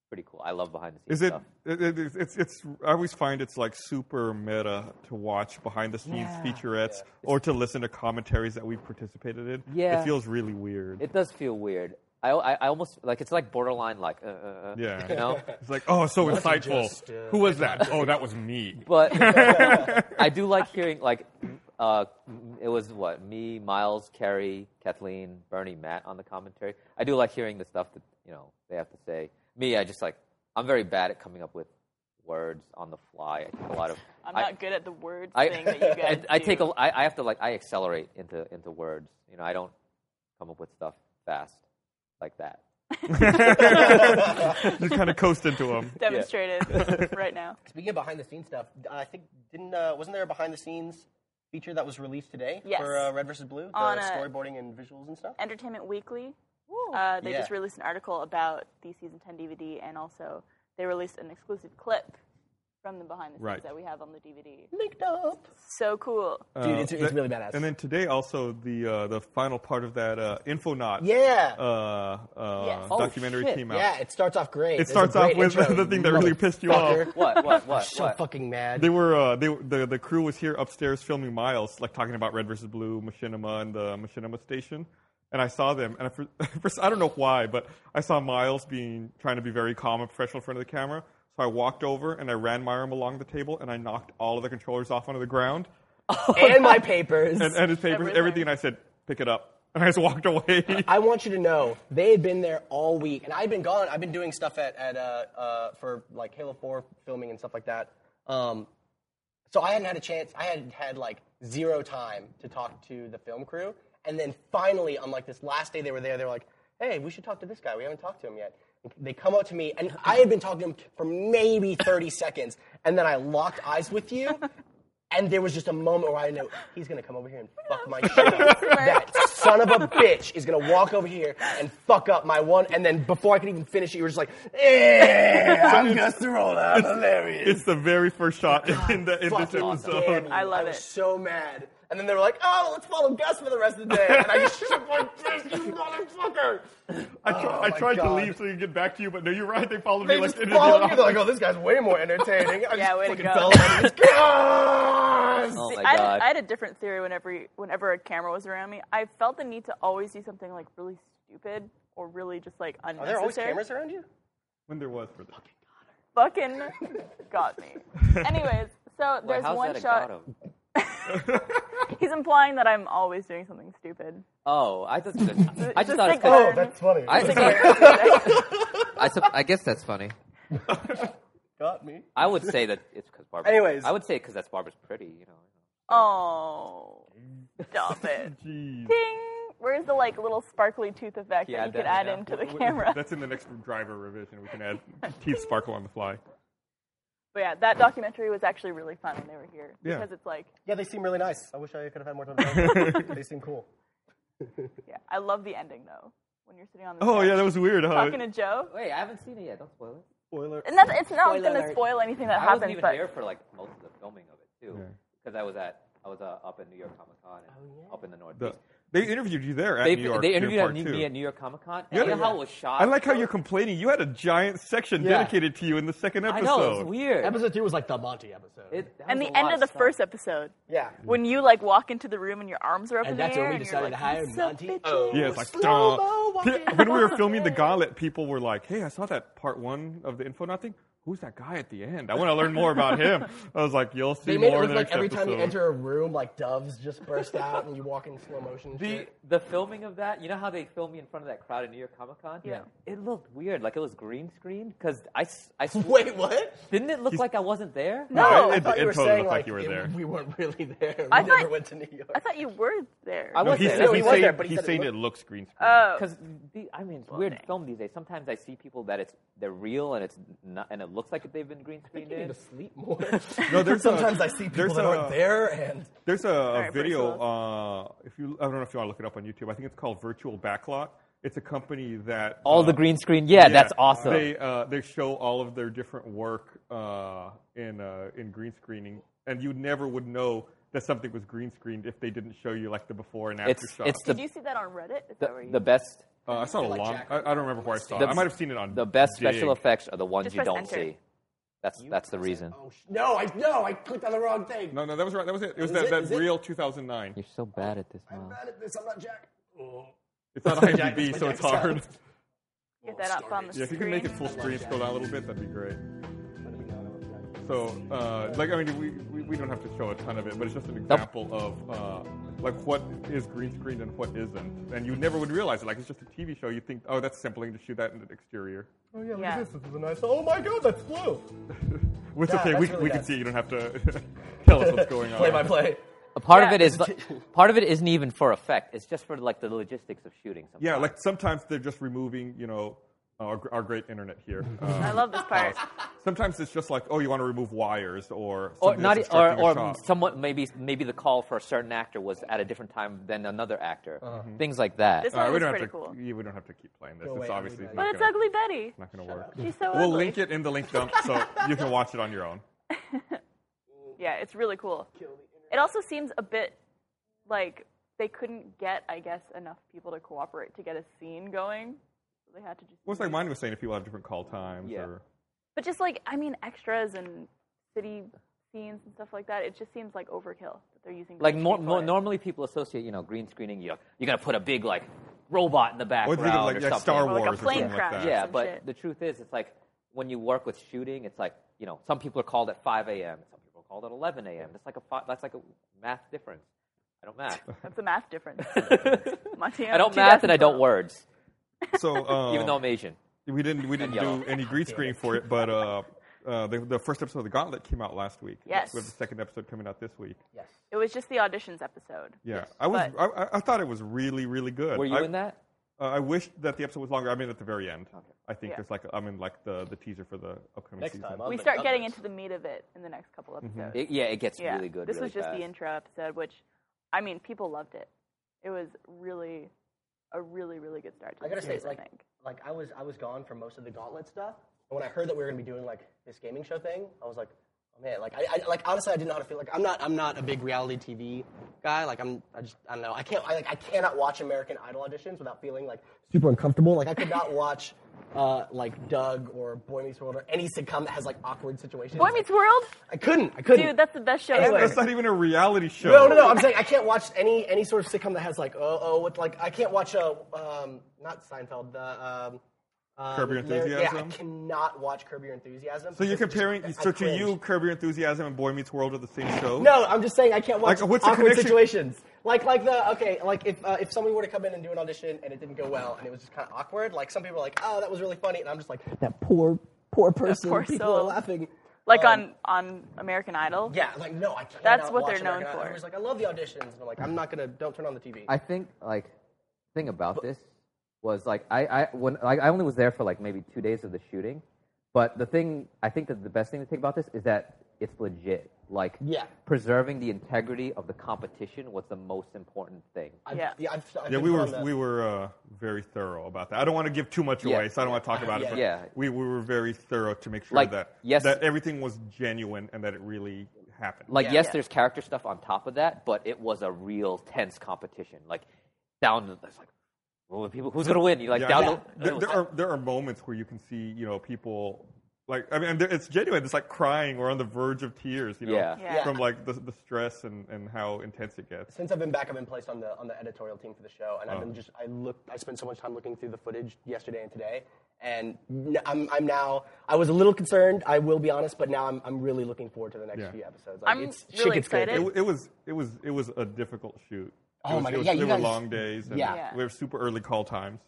pretty cool. I love behind the
Is
scenes.
it?
Stuff.
it- it- it's, it's. It's. I always find it's like super meta to watch behind the scenes featurettes or to listen to commentaries that we've participated in.
Yeah.
It feels really weird.
It does feel weird. I, I, I almost like it's like borderline like uh, uh, uh,
yeah.
you know.
It's like, oh, so insightful.
just, uh,
Who was that? Oh, that was me.
but I do like hearing like Uh, m- it was what me, Miles, Kerry, Kathleen, Bernie, Matt on the commentary. I do like hearing the stuff that you know they have to say. Me, I just like I'm very bad at coming up with words on the fly. I take a lot of
I'm
I-
not good at the words
I,
thing that you guys
I, I take a,
do.
I, I have to like I accelerate into into words. You know, I don't come up with stuff fast like that.
You kind of coast into them.
demonstrated right now.
Speaking of behind the scenes stuff, I think didn't uh, wasn't there a behind the scenes feature that was released today
Yes.
for uh, Red versus Blue, the
On a-
storyboarding and visuals and stuff?
Entertainment Weekly. Uh, they
Yeah.
just released an article about the season 10 DVD, and also they released an exclusive clip from the behind the scenes
Right.
that we have on the DVD.
Linked up.
So cool.
Oh
Dude, it's, it's really badass.
Uh, And then today also the uh, the final part of that uh, Infonaut
yeah.
uh, uh,
Yes.
Oh,
documentary
shit.
came out.
yeah, it starts off great.
It
There's a
starts off
great
with
intro,
the thing that
you
really pissed you off.
motherfucker.
What? What? What?
So
what?
fucking mad.
They were uh, they the the crew was here upstairs filming Miles, like talking about Red versus Blue, Machinima, and the Machinima station. And I saw them, and I, for, first, I don't know why, but I saw Miles being trying to be very calm and professional in front of the camera. So I walked over and I ran my arm along the table, and I knocked all of the controllers off onto the ground,
and my papers.
and, and his papers, everything.
Everything.
And I said, "Pick it up," and I just walked away.
I want you to know they had been there all week, and I've been gone. I've been doing stuff at, at uh, uh, for like Halo Four filming and stuff like that. Um, so I hadn't had a chance. I had had like zero time to talk to the film crew, and then finally on like this last day they were there, they were like, "Hey, we should talk to this guy. We haven't talked to him yet." They come up to me, and I had been talking to him for maybe thirty seconds, and then I locked eyes with you. And there was just a moment where I knew he's gonna come over here and fuck my shit up. That son of a bitch is gonna walk over here and fuck up my one. And then before I could even finish it, you were just like, "Eh, I'm Gastrola, I'm hilarious."
it's the very first shot in the in this
Fucking
episode.
damn you.
I love
was
it.
so mad. And then they were like, "Oh, let's follow Gus for the rest of the day." And I just shook my fist, you motherfucker.
I, tr-
Oh
I
my
tried to
God.
leave so you could get back to you, but no, you're right. They followed
They
me.
just
like, into the
followed me.
office.
They're like, "Oh, this guy's way more entertaining." I
Yeah,
just
way to
fucking
go.
fell on his Gus.
Oh my
I,
god!
had, I had a different theory whenever whenever a camera was around me. I felt the need to always do something like really stupid or really just like unnecessary.
around you?
when there was for this.
Fucking got me. Anyways, so
Wait,
there's
how's
one
that a
shot.
gotum?
He's implying that I'm always doing something stupid.
Oh, I just I
It's a
just thought it
signal.
Oh,
was
that's funny.
I, I, sup- I guess that's funny.
got me.
I would say that it's because Barbara.
Anyways.
I would say because that's Barbara's pretty. You know.
Oh, stop it.
Jeez.
Ding! Where's the like little sparkly tooth effect
Yeah,
that you could
that-
add
yeah.
into the camera?
That's in the next driver revision. We can add teeth sparkle on the fly.
But yeah, that documentary was actually really fun when they were here
Yeah.
because it's like,
Yeah, they seem really nice. I wish I could have had more time. To talk. they seem cool.
yeah, I love the ending though. When you're sitting on the
Oh
couch
yeah, that was weird. Huh?
talking to Joe,
Wait, I haven't seen it yet. Don't spoil it.
Spoiler.
and that's it's not
Spoiler
going to
alert.
spoil anything that
I wasn't
happens,
even
but
there for like most of the filming of it too, because I was at I was uh, up in New York Comic Con and
Oh,
up in the
The-
Northeast.
they interviewed you there at
they
New York.
they
in
interviewed
part
at-
two.
me at New York Comic Con. and you know how it was shot.
I like how you're complaining. You had a giant section dedicated to you in the second
I
episode.
know it was weird.
Episode two was like the Monty episode.
It- that
and
was
the
a lot
end of the
stuff.
first episode.
Yeah.
When you like walk into the room and your arms are up in
And
the
that's
air,
when we
and you're
decided
like,
to hire
"What's up,
Monty.
bitch?"
Oh,
Yeah, it's like
Slow-mo
"Duh."
walking.
when we were filming the Gauntlet, people were like, "Hey, I saw that part one of the info nothing. Who's that guy at the end? I want to learn more about him." I was like, "You'll see
They made it
more in the
look like
next
every
episode."
time you enter a room, like doves just burst out and you walk in slow motion. and
The
shit.
the filming of that, you know how they film me in front of that crowd at New York Comic Con?
Yeah.
It looked weird, like it was green screen. Because I, s- I sw-
Wait, what?
didn't it look like I wasn't there?
it,
No, I
it,
Oh, thought
it
you were
totally
saying
looked like, you were
it-
there.
We weren't really there. We
I
never
thought-
went to New York.
I thought you were there.
I
Oh,
No,
was
he
there.
said,
No,
he
he was
saying-
there, but he
he's
said it
saying it
looked-
looks green screen.
Because I mean, it's weird film these days. Sometimes I see people that it's they're real and it's not, and it looks like they've been green
I
screened
need
in.
to sleep more.
No, there's a-
Sometimes I see people
there's
that
a-
aren't there, and
There's a, a
right,
video.
pretty
Uh, if you, I don't know if you want to look it up on YouTube. I think it's called Virtual Backlot. It's a company that
All
uh,
the green screen. Yeah, that's awesome.
They uh, they show all of their different work uh, in uh, in green screening, and you never would know that something was green screened if they didn't show you like the before and after
it's
shots.
it's
Did
the
you see that on Reddit? Is that where
the,
you
the best
uh, I saw it a
Like
long.
Jack-
I, I don't remember where I saw it.
The-
I might have seen it on
the best
Dig.
special effects are the ones
Just
you
press
don't
enter.
see. That's that's the reason.
oh sh- no, I no, I clicked on the wrong thing.
No, no, that was right. That was it. It was
Is
that,
it-
that
is it?
real 2009.
You're so bad at this,
I'm
Miles.
bad at this. I'm not Jack. Oh.
It's on
Jack-
IMDb,
my
so it's
Jack sounds.
hard.
get that up on the
Yeah, if you can
screen?
make it full screen, scroll down a little bit, that'd be great. So, uh, like, I mean, we, we we don't have to show a ton of it, but it's just an example of uh, like what is green screened and what isn't, and you never would realize it. Like it's just a TV show. You think, oh, that's simpling to shoot that in the exterior.
Oh yeah, look
Yeah.
at this. This is a nice. Oh my god, that's blue.
It's
Yeah,
okay.
that's
We,
really
we can
nice.
see. You don't have to tell us what's going on.
Play by play.
A part of
Yeah,
it is
there's a
li- part of it isn't even for effect. It's just for like the logistics of shooting. Something.
Yeah, like sometimes they're just removing, you know, our, our great internet here.
I
Um,
love this part.
sometimes it's just like, oh, you want to remove wires or
or
something
not, e,
that's
or,
obstructing a
or
shot.
somewhat maybe maybe the call for a certain actor was at a different time than another actor.
Uh-huh.
Mm-hmm. Things like that. Uh,
This
All right, we
one was
don't have
pretty
to.
cool.
yeah, we don't have to keep playing this.
Go
it's
away,
obviously not
ugly
But
gonna,
it's Ugly Betty.
not going to work.
She's so
We'll
ugly.
link it in the link dump so you can watch it on your own.
Yeah, it's really cool. It also seems a bit like they couldn't get, I guess, enough people to cooperate to get a scene going. So they had to just.
Well, it's like mine was saying if people have different call times
Yeah.
or
But just like, I mean, extras and city scenes and stuff like that. It just seems like overkill that they're using.
like
green
more,
screen for
more
it.
normally people associate you know green screening. You you got to put a big like robot in the
or
background
think of like, like
or something.
Star
Or
Wars
like a
or something
plane
like
crash.
that.
Yeah,
some
but
shit.
the truth is, it's like when you work with shooting, it's like you know some people are called at 5 a.m. Some people are called at 11 a.m. That's like a fi- that's like a math difference. I don't math.
That's a math difference. Montana,
I don't math and I don't
2012.
words,
So um,
even though I'm Asian.
we didn't we didn't
yellow.
do any green screen for it, but uh, uh, the, the first episode of the Gauntlet came out last week.
Yes.
With the second episode coming out this week.
Yes.
It was just the auditions episode.
Yeah, I was.
But-
I, I- I thought it was really, really good.
Were you
I,
in that?
Uh, I wished that the episode was longer. I'm in at the very end. I think
Yeah.
there's like I'm in like the, the teaser for the upcoming
Next
season.
time, I'll
We
make
start
up
getting
this.
into the meat of it in the next couple episodes.
It- yeah, it gets really good.
This
really
was just
fast.
the intro episode, which, I mean, people loved it. It was really, a really, really good start. To
I
the
gotta say,
series,
like,
I think.
like I was, I was gone for most of the Gauntlet stuff. But when I heard that we were gonna be doing like this gaming show thing, I was like, oh man, like I, I like honestly, I didn't know how to feel. Like I'm not, I'm not a big reality TV guy. Like I'm, I just, I don't know. I can't, I like, I cannot watch American Idol auditions without feeling like super uncomfortable. Like I could not watch. Uh, like Doug or Boy Meets World or any sitcom that has like awkward situations.
Boy Meets World,
I couldn't. I couldn't.
dude, that's the best show
Anyway.
ever.
That's not even a reality show.
No, no, no. I'm saying I can't watch any any sort of sitcom that has like oh oh with like I can't watch a um not Seinfeld the um. um,
Curb Your
Larry- Yeah,
Enthusiasm?
I cannot watch Curb Your Enthusiasm.
So you're
because it
comparing.
just- I
so to
cringe.
you, Curb Your Enthusiasm and Boy Meets World are the same show.
No, I'm just saying I can't watch
Like, what's the
awkward
connection?
situations. Like like the okay like if uh, if somebody were to come in and do an audition and it didn't go well and it was just kind of awkward like some people are like oh that was really funny and I'm just like that poor poor person
poor
people
soul.
are laughing.
like
Um,
on on American Idol.
Yeah, like no, I can't.
That's what they're known for.
Everybody's like, I love the auditions, and I'm like, I'm not gonna. Don't turn on the TV.
I think like the thing about this was like I, I when like, I only was there for like maybe two days of the shooting, but the thing I think that the best thing to take about this is that it's legit. Like
Yeah.
preserving the integrity of the competition was the most important thing.
I-
Yeah.
yeah, I've, I've
Yeah,
been
we
put
were
on the-
we were uh, very thorough about that. I don't want to give too much
Yeah.
away, so I don't want to talk about it.
Yeah.
But
Yeah.
we we were very thorough to make sure
Like,
that
yes-
that everything was genuine and that it really happened.
Like
Yeah.
yes,
Yeah.
there's character stuff on top of that, but it was a real tense competition. Like down to it's like well, the people who's gonna win? You like
Yeah,
down
I
to-
mean, there, there are there are moments where you can see you know people like I mean there, it's genuine. It's like crying or on the verge of tears. You know,
Yeah.
Yeah.
from like the, the stress and, and how intense it gets.
since I've been back, I've been placed on the on the editorial team for the show, and I've
Uh-huh.
been just I look I spent so much time looking through the footage yesterday and today, and n- I'm I'm now I was a little concerned. I will be honest, but now I'm I'm really looking forward to the next
Yeah.
few episodes. Like,
I'm
it's, shit
really
gets good.
excited.
It, wa- it was it was it was a difficult shoot. It
Oh
was-
my
it
God,
was-
yeah, you
there were
guys-
long days. And
Yeah.
Yeah.
we were super early call times.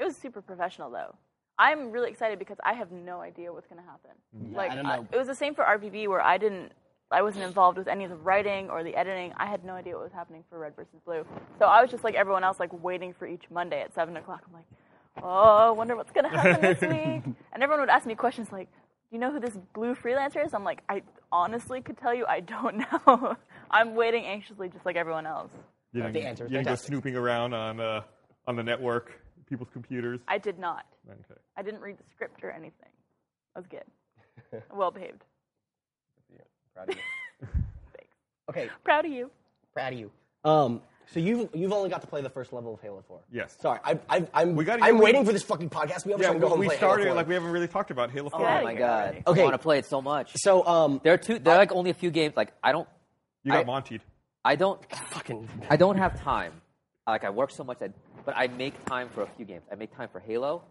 It was super professional though. I'm really excited because I have no idea what's going to happen. like
I don't know.
it was the same for RVB where I didn't I wasn't involved with any of the writing or the editing. I had no idea what was happening for Red versus Blue. So I was just like everyone else, like waiting for each Monday at seven o'clock. I'm like, oh, I wonder what's gonna happen this week. And everyone would ask me questions like, do you know who this blue freelancer is? I'm like, I honestly could tell you, I don't know. I'm waiting anxiously, just like everyone else.
You didn't,
the answer is
you didn't go
fantastic.
snooping around on uh, on the network, people's computers.
I did not.
okay.
I didn't read the script or anything. I was good, well behaved.
Proud of you. okay,
Proud of you.
proud of you. Um, so you've you've only got to play the first level of Halo Four.
Yes.
Sorry, I, I, I'm
We gotta-
I'm
we-
waiting for this fucking podcast. We have
Yeah,
to go home
we, we
and play
started
Halo 4.
like we haven't really talked about Halo Four.
Oh
outta
my
here
god!
already.
Okay.
I want to play it so much.
so um,
There are two. There are like only a few games. Like I don't.
You got
I-
Montied.
I don't.
fucking
I don't have time. Like I work so much, that, but I make time for a few games. I make time for Halo.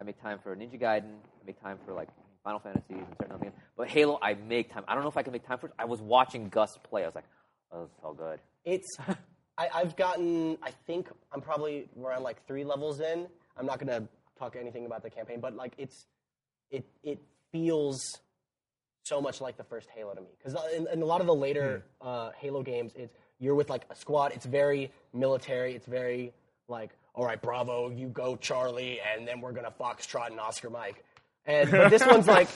I make time for Ninja Gaiden. I make time for like Final Fantasies and certain other games. But Halo, I make time. I don't know if I can make time for it. I was watching Gus play. I was like, oh, it's all good.
It's I, I've gotten I think I'm probably around like three levels in. I'm not gonna talk anything about the campaign, but like it's it it feels so much like the first Halo to me because in, in a lot of the later
Hmm.
uh, Halo games, it's you're with like a squad. It's very military. It's very like all right, Bravo, you go Charlie, and then we're gonna Foxtrot and Oscar Mike. And but this one's like,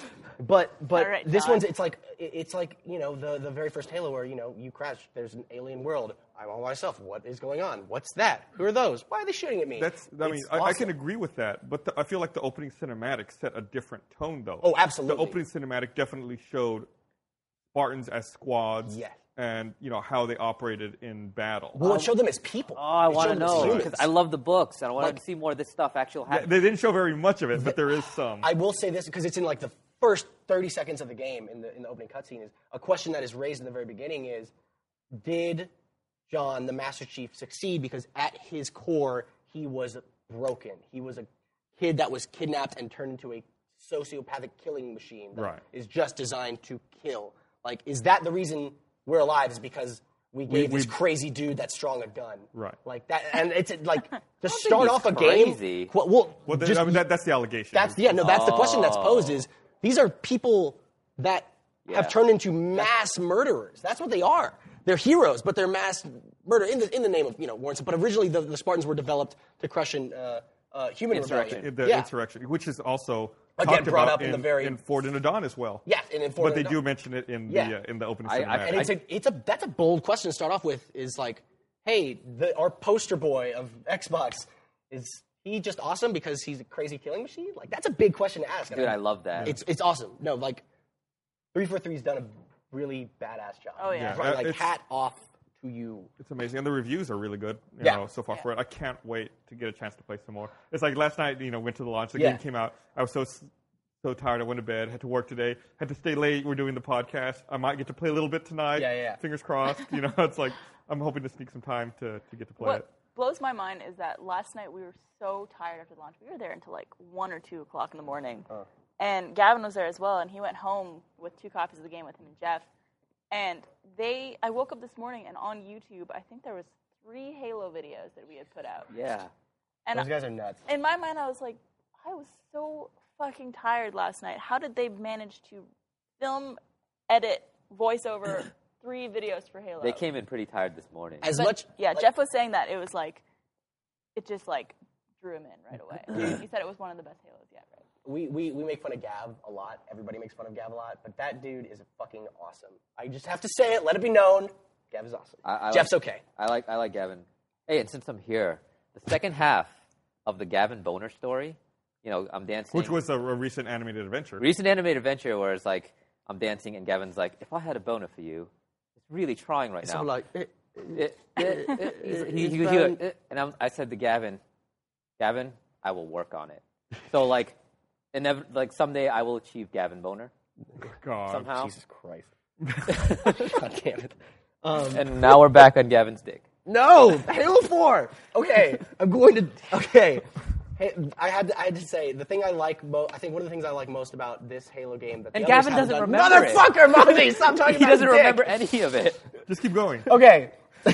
but but
All right,
this
John.
one's it's like it- it's like you know the the very first Halo where you know you crash. There's an alien world. I'm all by myself. What is going on? What's that? Who are those? Why are they shooting at me?
That's. I mean,
It's
I, I
awesome.
can agree with that, but the, I feel like the opening cinematic set a different tone, though.
Oh, absolutely.
The opening cinematic definitely showed Spartans as squads.
Yeah.
And you know how they operated in battle.
Well, it showed them as people.
Oh, I
It
want to
showed them as
know because
humans.
I love the books and I want
Like-
to see more of this stuff actually
Yeah,
happen.
they didn't show very much of it, but there is some.
I will say this because it's in like the first 30 seconds of the game in the in the opening cutscene is a question that is raised in the very beginning is did John the Master Chief succeed because at his core he was broken. He was a kid that was kidnapped and turned into a sociopathic killing machine that is
Right.
just designed to kill. Like is that the reason we're alive is because we gave
we-
this crazy dude that's strong a gun.
Right.
Like that and it's like to
think
start
it's
off a
crazy.
game. qu- Well,
well, they-
just-
I mean, that, that's the allegation.
that's yeah, no, that's the question
Oh.
that's posed is these are people that
Yeah.
have turned into mass murderers. That's what they are. They're heroes, but they're mass murder in the in the name of you know Warren. But originally the, the Spartans were developed to crush an uh, uh, human
Insurrection.
rebellion.
the
yeah.
insurrection, which is also
Again,
talked
brought
about
up in the very-
in Ford and Adon as well.
Yeah, and in Ford
but
and
they do
Adon.
mention it in
Yeah.
the uh, in the opening
I- I-
cinematic.
And it's a it's a that's a bold question to start off with. Is like, hey, the, our poster boy of Xbox is he just awesome because he's a crazy killing machine? Like that's a big question to ask. And
Dude, I love that.
It's it's awesome. No, like three four three's done a really badass job.
Oh, yeah. Yeah,
Right,
uh,
like
it's-
hat off to you.
It's amazing, and the reviews are really good. You
Yeah.
know, so far for it, I can't wait to get a chance to play some more. It's like last night, you know, went to the launch. The
Yeah.
game came out. I was so s- so tired. I went to bed. Had to work today. Had to stay late. We're doing the podcast. I might get to play a little bit tonight.
Yeah, yeah, yeah.
Fingers crossed. you know, it's like I'm hoping to sneak some time to to get to play it.
What blows my mind is that last night we were so tired after lunch. We were there until like one or two o'clock in the morning. And Gavin was there as well, and he went home with two copies of the game with him and Jeff. And they, I woke up this morning, and on YouTube, I think there was three Halo videos that we had put out.
yeah.
And
Those guys are nuts.
in my mind, I was like, I was so fucking tired last night. How did they manage to film, edit, voiceover three videos for Halo?
They came in pretty tired this morning.
As
But-
much
yeah,
like,
Jeff was saying that it was like, it just like drew him in right away. he said it was one of the best Halos yet. Right?
we, we we make fun of Gav a lot. Everybody makes fun of Gav a lot, but that dude is fucking awesome. I just have to say it. Let it be known. Gav is awesome.
I- I
Jeff's
like-
okay.
I like I like Gavin. Hey, and since I'm here, the second half of the Gavin Boner story, you know, I'm dancing.
Which was a, a recent animated adventure.
recent animated adventure where it's like I'm dancing and Gavin's like, if I had a boner for you, it's really trying right now. Eh, eh, eh, eh, he- he- he- eh, and I'm, I said to Gavin, Gavin, I will work on it. So like, inev- like someday I will achieve Gavin boner
God.
somehow.
Jesus Christ. God damn it. Um,
And now we're back on Gavin's dick.
no, Halo Four. Okay, I'm going to. Okay, hey, I had to, I had to say the thing I like. Mo- I think one of the things I like most about this Halo game that the
And
others
Gavin
haven't
doesn't
done-
remember it.
Motherfucker, Mozzie, stop talking
He
about his
doesn't
dick.
remember any of it.
Just keep going.
Okay.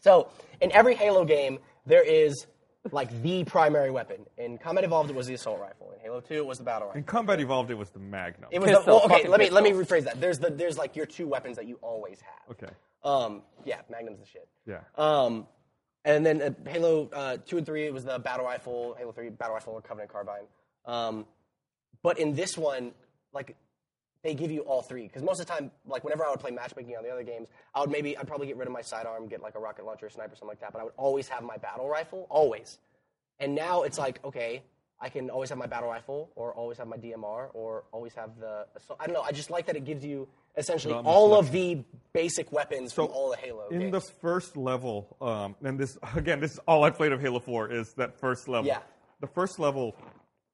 so, in every Halo game, there is like the primary weapon. In Combat Evolved, it was the assault rifle. In Halo Two, it was the battle
In
rifle.
Combat Evolved, it was the Magnum.
It was the,
Pistol,
well, okay.
fucking
Let me let me rephrase that. There's the there's like your two weapons that you always have.
Okay.
Um. Yeah. Magnum's the shit.
Yeah.
Um. And then uh, Halo uh, Two and Three, it was the battle rifle. Halo Three, battle rifle or Covenant carbine. Um. But in this one, like they give you all three because most of the time, like whenever I would play matchmaking on the other games, I would maybe I'd probably get rid of my sidearm, get like a rocket launcher, a sniper, something like that. But I would always have my battle rifle, always. And now it's like okay, I can always have my battle rifle, or always have my DMR, or always have the. assault I don't know. I just like that it gives you essentially
Not much
all of the basic weapons from
So,
all the Halo
in
games.
the first level um, and this again this is all i played of halo 4 is that first level
Yeah.
the first level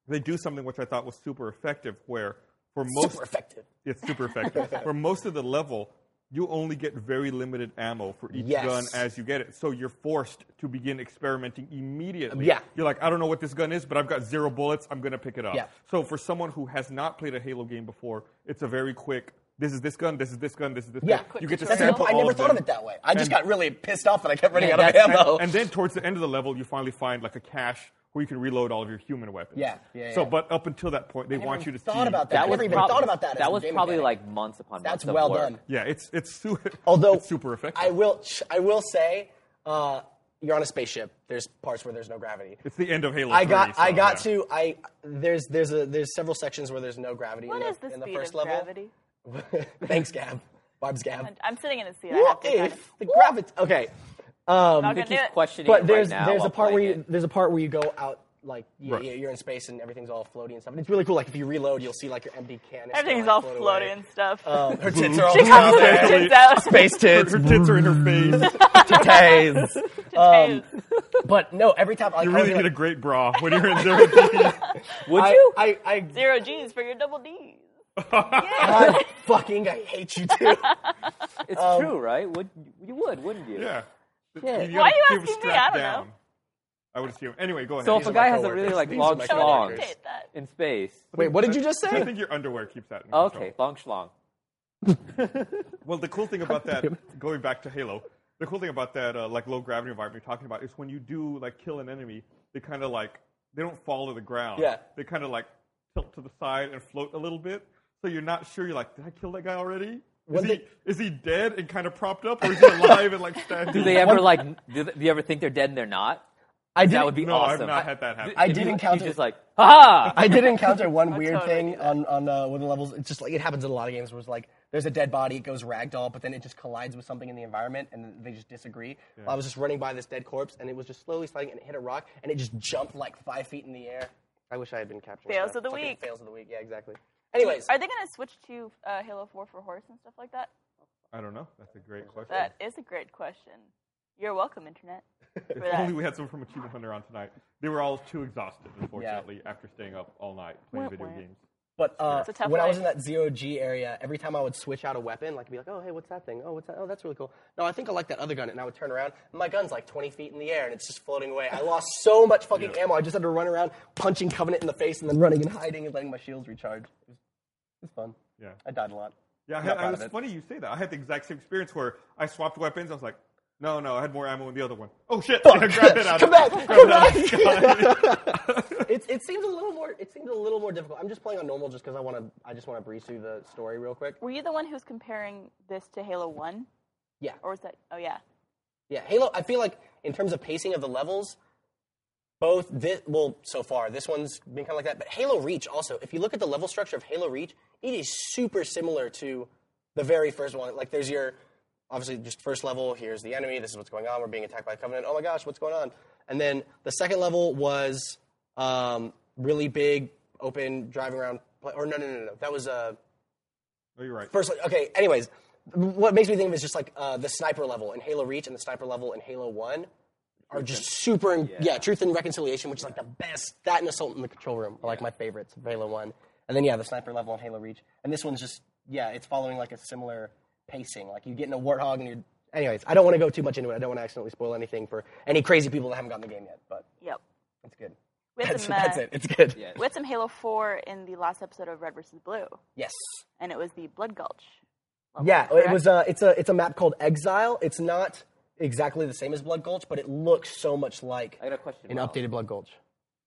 they do something which i thought was super effective where for most
Super effective.
it's super effective for most of the level you only get very limited ammo for each
Yes.
gun as you get it. So you're forced to begin experimenting immediately.
Yeah.
You're like, I don't know what this gun is, but I've got zero bullets. I'm going to pick it up.
Yeah.
So for someone who has not played a Halo game before, it's a very quick. This is this gun. This is this gun. This is this.
Yeah.
gun. You get to
That's a good
sample
point. I
all
never
of
thought
them.
of it that way. I just
And-
got really pissed off that I kept running
Yeah,
out of
that's-
ammo.
and then towards the end of the level, you finally find like a cache where you can reload all of your human weapons.
Yeah, yeah,
So,
yeah.
but up until that point, they want you to
thought
see-
about that. I never even
prob-
thought about that as
That
a
was
game
probably
mechanic.
like months upon months.
That's
of
well
work.
done.
Yeah, it's it's su-
Although
it's super effective.
I will, sh- I will say, uh, you're on a spaceship. There's parts where there's no gravity.
It's the end of Halo.
I
3,
got,
so,
I got
yeah.
to, I there's there's a there's several sections where there's no gravity
What
in the,
is the
in the
speed
first
of
level.
gravity?
Thanks, Gab. Bob's Gab.
And I'm sitting in a seat. I have
What
to kind
if
of-
the gravity? Okay.
Not
Um,
gonna do
He's
it.
questioning it
but
right
there's
now
there's
while
a part where
playing
you,
it.
there's a part where you go out like you,
Right.
you're in space and everything's all floaty and stuff. And it's really cool. Like if you reload, you'll see like your empty cannon.
everything's all floaty and stuff.
Um, her tits are all
she comes with her
Exactly.
tits out.
space tits,
Her tits are in her face.
tits. um,
Tits.
But no, every time like,
You
I was
really
like,
need a great bra when you're in zero DP.
Would
I-
you?
I, I,
Zero G's for your double D's.
God fucking, I hate you too.
It's
um,
true, right? Would you would, wouldn't you?
Yeah.
Why
Yeah.
are you
gotta keep
asking me?
strapped
I don't know.
I would assume. Anyway, go ahead.
So if a
my
guy has a
coworkers.
really like
These are
long
my
schlong
coworkers.
Hate that.
in space.
Wait, what did you just
I
say?
think your underwear keeps that. In
Okay,
control.
long schlong.
Well, the cool thing about that, going back to Halo, the cool thing about that uh, like low gravity environment you're talking about is when you do like kill an enemy, they kind of like they don't fall to the ground.
Yeah.
They kind of like tilt to the side and float a little bit. So you're not sure. You're like, did I kill that guy already? Is he,
they-
is he dead and kind of propped up, or is he alive and like standing?
Do they ever like? Do, they, do you ever think they're dead and they're not?
I did.
That would be
No,
awesome.
I've not had that happen.
I
If
did
you-
encounter-
He's just like, ha ha.
I did encounter one weird
totally
thing
do
on on uh, one of the levels. It's just like it happens in a lot of games. Where it's like there's a dead body, it goes ragdoll, but then it just collides with something in the environment, and they just disagree. I was just running by this dead corpse, and it was just slowly sliding, and it hit a rock, and it just jumped like five feet in the air. I wish I had been captured.
Fails of the week.
Fails of the week. Yeah, exactly. Anyways,
Are they going to switch to uh, Halo 4 for horse and stuff like that?
I don't know. That's a great question.
That is a great question. You're welcome, Internet. For
If only
that.
we had someone from Achievement Hunter on tonight. They were all too exhausted, unfortunately, after staying up all night playing
Wah,
video
wah.
games.
But uh,
It's a tough
when I
life.
was in that zero G area, every time I would switch out a weapon, like be like, "Oh, hey, what's that thing? Oh, what's that? Oh, that's really cool. No, I think I like that other gun." And I would turn around, and my gun's like 20 feet in the air, and it's just floating away. I lost so much fucking ammo. I just had to run around, punching Covenant in the face, and then running and hiding and letting my shields recharge. It was, it was fun.
Yeah.
I died a lot.
Yeah, I
Not
had,
proud
I
of
was
it.
funny you say that. I had the exact same experience where I swapped weapons. I was like, no, no, I had more ammo in the other one. Oh shit! I grabbed it out. of-
Come back!
grabbed
Come
it out of the
back!
sky.
it, it seems a little more. It seems a little more difficult. I'm just playing on normal just because I want to. I just want to breeze through the story real quick.
Were you the one who's comparing this to Halo 1?
Yeah.
Or was that? Oh, yeah.
Yeah, Halo. I feel like in terms of pacing of the levels, both this well so far this one's been kind of like that. But Halo Reach also, if you look at the level structure of Halo Reach, it is super similar to the very first one. Like there's your obviously just first level. Here's the enemy. This is what's going on. We're being attacked by the Covenant. Oh my gosh, what's going on? And then the second level was um, really big, open, driving around. pla- Or no, no, no, no. That was uh,
oh, you're right.
First, okay. Anyways, what makes me think of it is just like uh, the sniper level in Halo Reach and the sniper level in Halo One are just super. Yeah. Truth and Reconciliation, which is like the best. That and Assault in the Control Room are like my favorites of Halo One, and then yeah, the sniper level in Halo Reach, and this one's just yeah, it's following like a similar pacing. Like you get in a warthog and you're. Anyways, I don't want to go too much into it. I don't want to accidentally spoil anything for any crazy people that haven't gotten the game yet, but
Yep.
it's good.
We had,
That's,
some, uh,
that's it. It's good.
we had some Halo 4 in the last episode of Red vs. Blue,
Yes.
and it was the Blood Gulch. level,
Yeah, it
correct?
was. uh, A, it's a it's a map called Exile. It's not exactly the same as Blood Gulch, but it looks so much like
I got a question.
an
Miles.
updated Blood Gulch.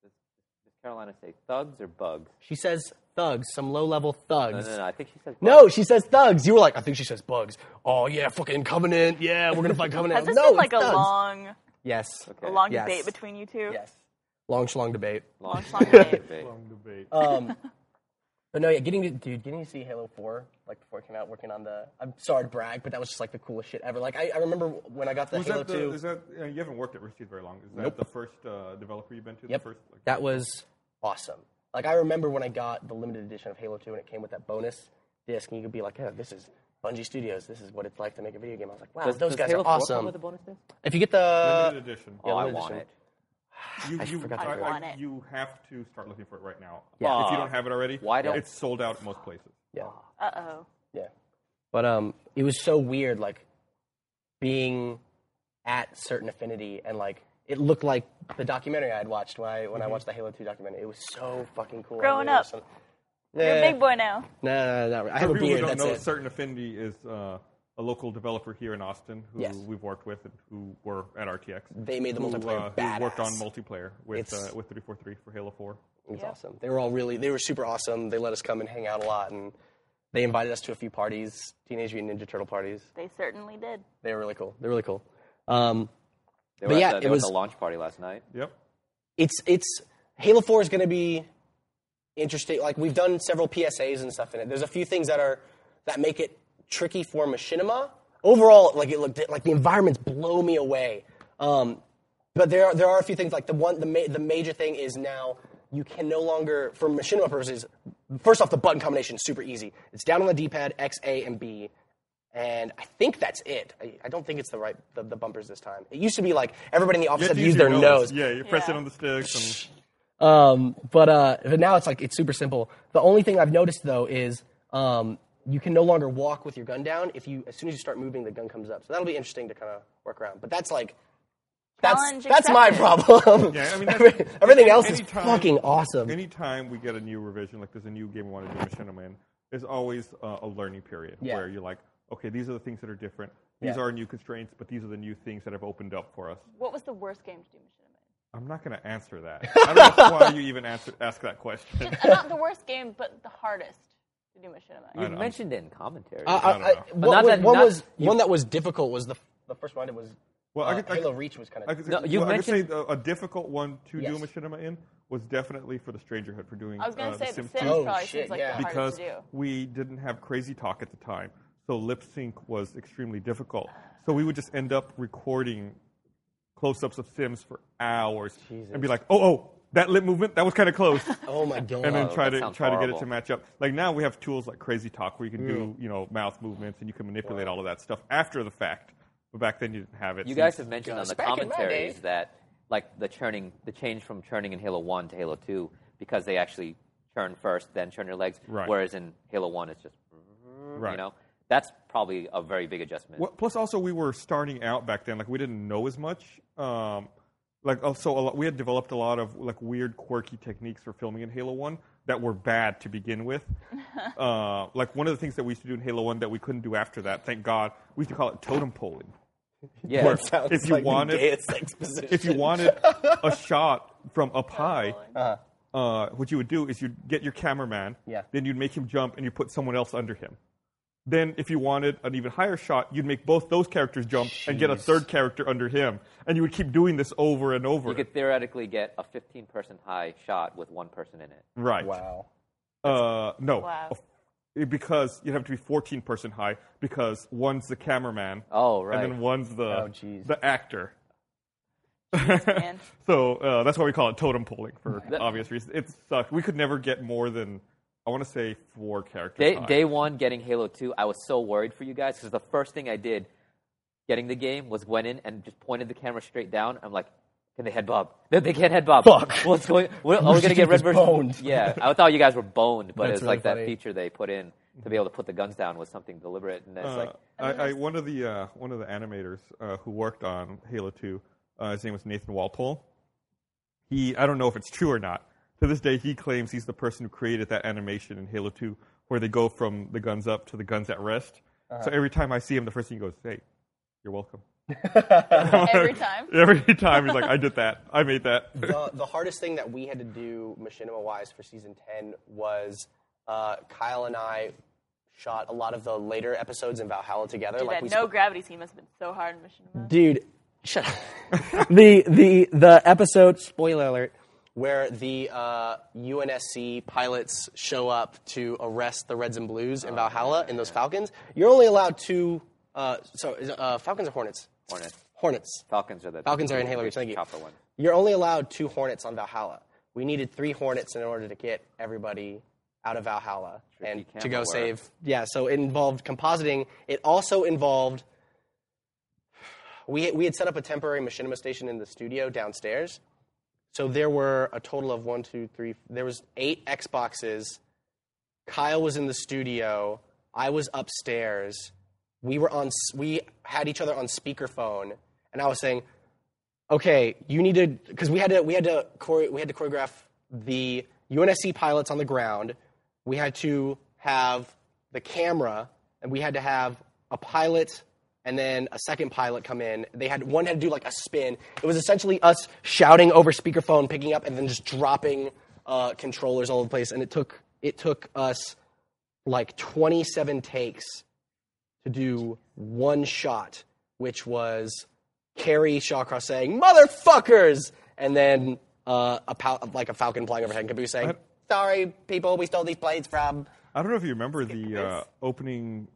Does Carolina say thugs or bugs?
She says thugs, some low level thugs.
No, no, no. I think she says.
No, she says thugs. You were like, I think she says bugs. Oh yeah, fucking Covenant. Yeah, we're gonna fight Covenant.
Has this
no,
been like
it's
a
thugs.
long,
Yes.
a long
Yes.
debate between you two?
Yes. Long schlong debate.
Long
Long schlong
debate.
Long debate.
Um, but no, yeah, getting to dude, getting to see Halo Four like before it came out, working on the. I'm sorry to brag, but that was just like the coolest shit ever. Like I, I remember when I got the
was
Halo
that the,
Two.
is that uh, you haven't worked at Risty very long? Is that the first uh, developer you've been to?
Yep.
The first, like,
That was awesome. Like I remember when I got the limited edition of Halo 2 and it came with that bonus disc, and you could be like, "Yeah, this is Bungie Studios. This is what it's like to make a video game." I was like, "Wow, those
Does
guys
Halo
are
4 come
awesome."
With a bonus disc?
If you get the,
limited edition.
oh, I
limited
want
edition.
it.
you, you,
forgot to
I,
do
that.
I-
Want it.
you have to start looking for it right now.
Yeah.
If you
Aw.
don't have it already,
Why don't-
it's sold out at most places.
yeah,
Uh oh.
yeah,
But um,
it was so weird, like being at certain affinity and like it looked like the documentary I had watched when I
Mm-hmm.
when I watched the Halo Two documentary. It was so fucking cool. I
Growing
knew it was
up.
some-
You're
nah,
a big boy now.
Nah, nah, nah, nah, I have
For
a
people who
beard.
don't
That's
know,
it.
Certain Affinity is uh, a local developer here in Austin who
Yes.
we've worked with and who were at RTX.
They made the
who,
multiplayer
uh, who worked on
badass.
multiplayer with
It's-
uh, with 343 for Halo 4.
It was awesome. They were all really, they were super awesome. They let us come and hang out a lot, and they invited us to a few parties, Teenage Mutant Ninja Turtle parties.
They certainly did.
They were really cool. They're really cool. Um,
They
But
were at
yeah,
the-
it
they were at
was-
the launch party last night.
Yep.
it's it's Halo Four is going to be interesting. Like we've done several PSAs and stuff in it. There's a few things that are that make it tricky for machinima. Overall, like it looked like the environments blow me away. Um, but there are, there are a few things like the one the ma- the major thing is now you can no longer for machinima purposes. First off, the button combination is super easy. It's down on the D-pad X, A, and B. And I think that's it. I, I don't think it's the right the, the bumpers this time. It used to be like everybody in the office
You have
had
to
to
use
use their
your
nose.
Yeah, you press it
Yeah.
on the sticks.
Um, but uh, but now it's like it's super simple. The only thing I've noticed though is um, you can no longer walk with your gun down. If you as soon as you start moving, the gun comes up. So that'll be interesting to kind of work around. But that's like that's
Challenge
that's my
accepted.
problem.
Yeah, I mean,
Every-
that's-
everything
any-
else is
anytime-
fucking awesome.
And anytime we get a new revision, like there's a new game we want to do, Machinima in, there's always uh, a learning period
Yeah.
where you're like, okay, these are the things that are different. These
Yeah.
are new constraints, but these are the new things that have opened up for us.
What was the worst game to do machinima?
I'm not going to answer that. I don't know why you even answer, ask that question.
in? Just, not the worst game, but the hardest to do machinima. in.
You mentioned it in commentary.
I-
don't
I-
know.
one
not
was-
that-
one
not-
was one that was difficult was the the first one. It was
Well,
uh,
I could- I
Halo
could-
Reach was kind
I
of
could,
No,
say-
you
well, I could say
mentioned-
a, a difficult one to do
Yes.
machinima in was definitely for the Strangerhood for doing.
I was going
uh,
to say
the
The
Sims
Sims
2
Oh,
probably
shit,
seems like
yeah.
the
because
hardest to do.
we didn't have crazy talk at the time, so lip sync was extremely difficult. So we would just end up recording close-ups of Sims for hours and be like, "Oh, oh, that lip movement, that was kind of close."
oh my god.
and then
Wow,
try
that
to
sounds
try to get it
horrible.
to match up. Like now we have tools like Crazy Talk where you can do you know mouth movements and you can manipulate all of that stuff after the fact. But back then you didn't have it.
You
so
guys have mentioned on
Gosh,
the
back in my
commentaries
day.
that like the churning, the change from churning in Halo One to Halo Two because they actually churn first, then churn your legs.
Right.
Whereas in Halo One, it's just
Right.
you know that's probably a very big adjustment.
Well, plus, also we were starting out back then. Like we didn't know as much. Um, like also, a lot, we had developed a lot of like weird, quirky techniques for filming in Halo One that were bad to begin with. uh, like one of the things that we used to do in Halo One that we couldn't do after that. Thank God, we used to call it totem poling.
yeah,
where
Sounds
if you
like the
wanted-
gayest sex position.
If you wanted a shot from up high. Uh, what you would do is you'd get your cameraman,
Yeah.
then you'd make him jump and you put someone else under him. Then, if you wanted an even higher shot, you'd make both those characters jump and get a third character under him, and you would keep doing this over and over.
you could theoretically get a 15-person high shot with one person in it.
right?
wow.
Uh, no,
Wow.
because you'd have to be fourteen person high because one's the cameraman,
Oh, right.
and then one's the
Oh, jeez.
the actor.
Man.
So uh, that's why we call it totem polling for obvious reasons. It sucked. We could never get more than I want to say four characters.
Day,
high.
day one, getting Halo 2, I was so worried for you guys because the first thing I did getting the game was went in and just pointed the camera straight down. I'm like, can they head Bob? They, they can't head Bob.
Fuck.
What's going what, Are we
Rooster
going to get
Teeth
Red
is
versus
boned.
Yeah, I thought you guys were boned, but
That's
it's
really
like
funny.
that feature they put in to be able to put the guns down was something deliberate. And it's
Uh.
like,
Uh, I, I, one of the uh, one of the animators uh, who worked on Halo Two, uh, his name was Nathan Walpole. He, I don't know if it's true or not. To this day, he claims he's the person who created that animation in Halo Two, where they go from the guns up to the guns at rest.
Uh-huh.
So every time I see him, the first thing he goes, "Hey, you're welcome."
Every time?
every time he's like, "I did that. I made that."
the, the hardest thing that we had to do machinima wise for season 10 was uh, Kyle and I shot a lot of the later episodes in Valhalla together.
Dude,
like
that
we
no gravity scene must have been so hard in machinima.
dude, shut up. the, the, the episode, spoiler alert, where the uh, UNSC pilots show up to arrest the Reds and Blues in Valhalla in those Falcons. You're only allowed two, uh, so is it, uh, Falcons or Hornets?
Hornets.
Hornets.
Falcons are the
Falcons are in Halo Reach. Thank you.
Chopper one.
You're only allowed two Hornets on Valhalla. We needed three Hornets in order to get everybody out of Valhalla
Tricky
and to go
camera work.
save. Yeah, so it involved compositing. It also involved. We we had set up a temporary machinima station in the studio downstairs, so there were a total of one, two, three. There was eight Xboxes. Kyle was in the studio. I was upstairs. We were on. s- We had each other on speakerphone, and I was saying, "Okay, you need to," because we had to. We had to. Chore- we had to choreograph the UNSC pilots on the ground. We had to have the camera, and we had to have a pilot and then a second pilot come in. They had one had to do like a spin. It was essentially us shouting over speakerphone, picking up, and then just dropping uh, controllers all over the place. And it took it took us like 27 takes to do one shot, which was Carrie Shawcross saying "motherfuckers" and then uh, a pal- like a falcon flying overhead, and Kaboo saying. Sorry, people, we stole these plates from.
I don't know if you remember the uh, opening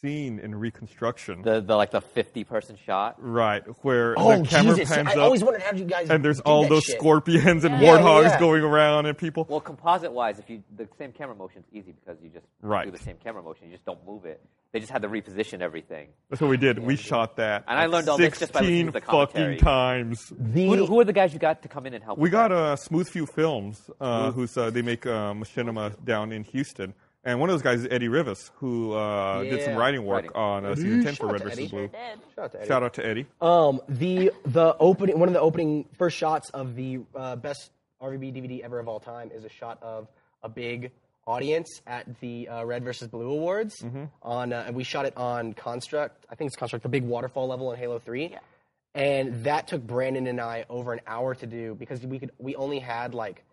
scene in Reconstruction,
The, the like the fifty person shot.
right, where
Oh,
the camera
Jesus.
pans
I
up
always wondered how you guys
and there's
did
all
that
those
shit.
scorpions and
Yeah, yeah,
warthogs
yeah.
going around and people.
Well, composite wise, if you the same camera motion is easy because you just
Right.
do the same camera motion. You just don't move it. They just had to reposition everything.
That's what we did. we shot that.
And I learned all this just by
16
listening to the commentary.
fucking times.
Who, who are the guys you got to come in and help?
We
with
got
that?
uh, Smooth Few Films, uh,
Mm-hmm.
who's uh, they make uh, machinima down in Houston, and one of those guys is Eddie Rivas, who uh, did some
Yeah.
writing work
Writing.
on uh, season ten
Shout
for
out
Red
to
vs.
Eddie.
Blue.
did.
Shout out to Eddie.
Shout out to Eddie.
Um, the the opening one of the opening first shots of the uh, best RVB DVD ever of all time is a shot of a big audience at the uh, Red versus Blue Awards on, uh, and we shot it on Construct. I think it's Construct, the big waterfall level in Halo Three. Yeah. And that took Brandon and I over an hour to do because we could we only had like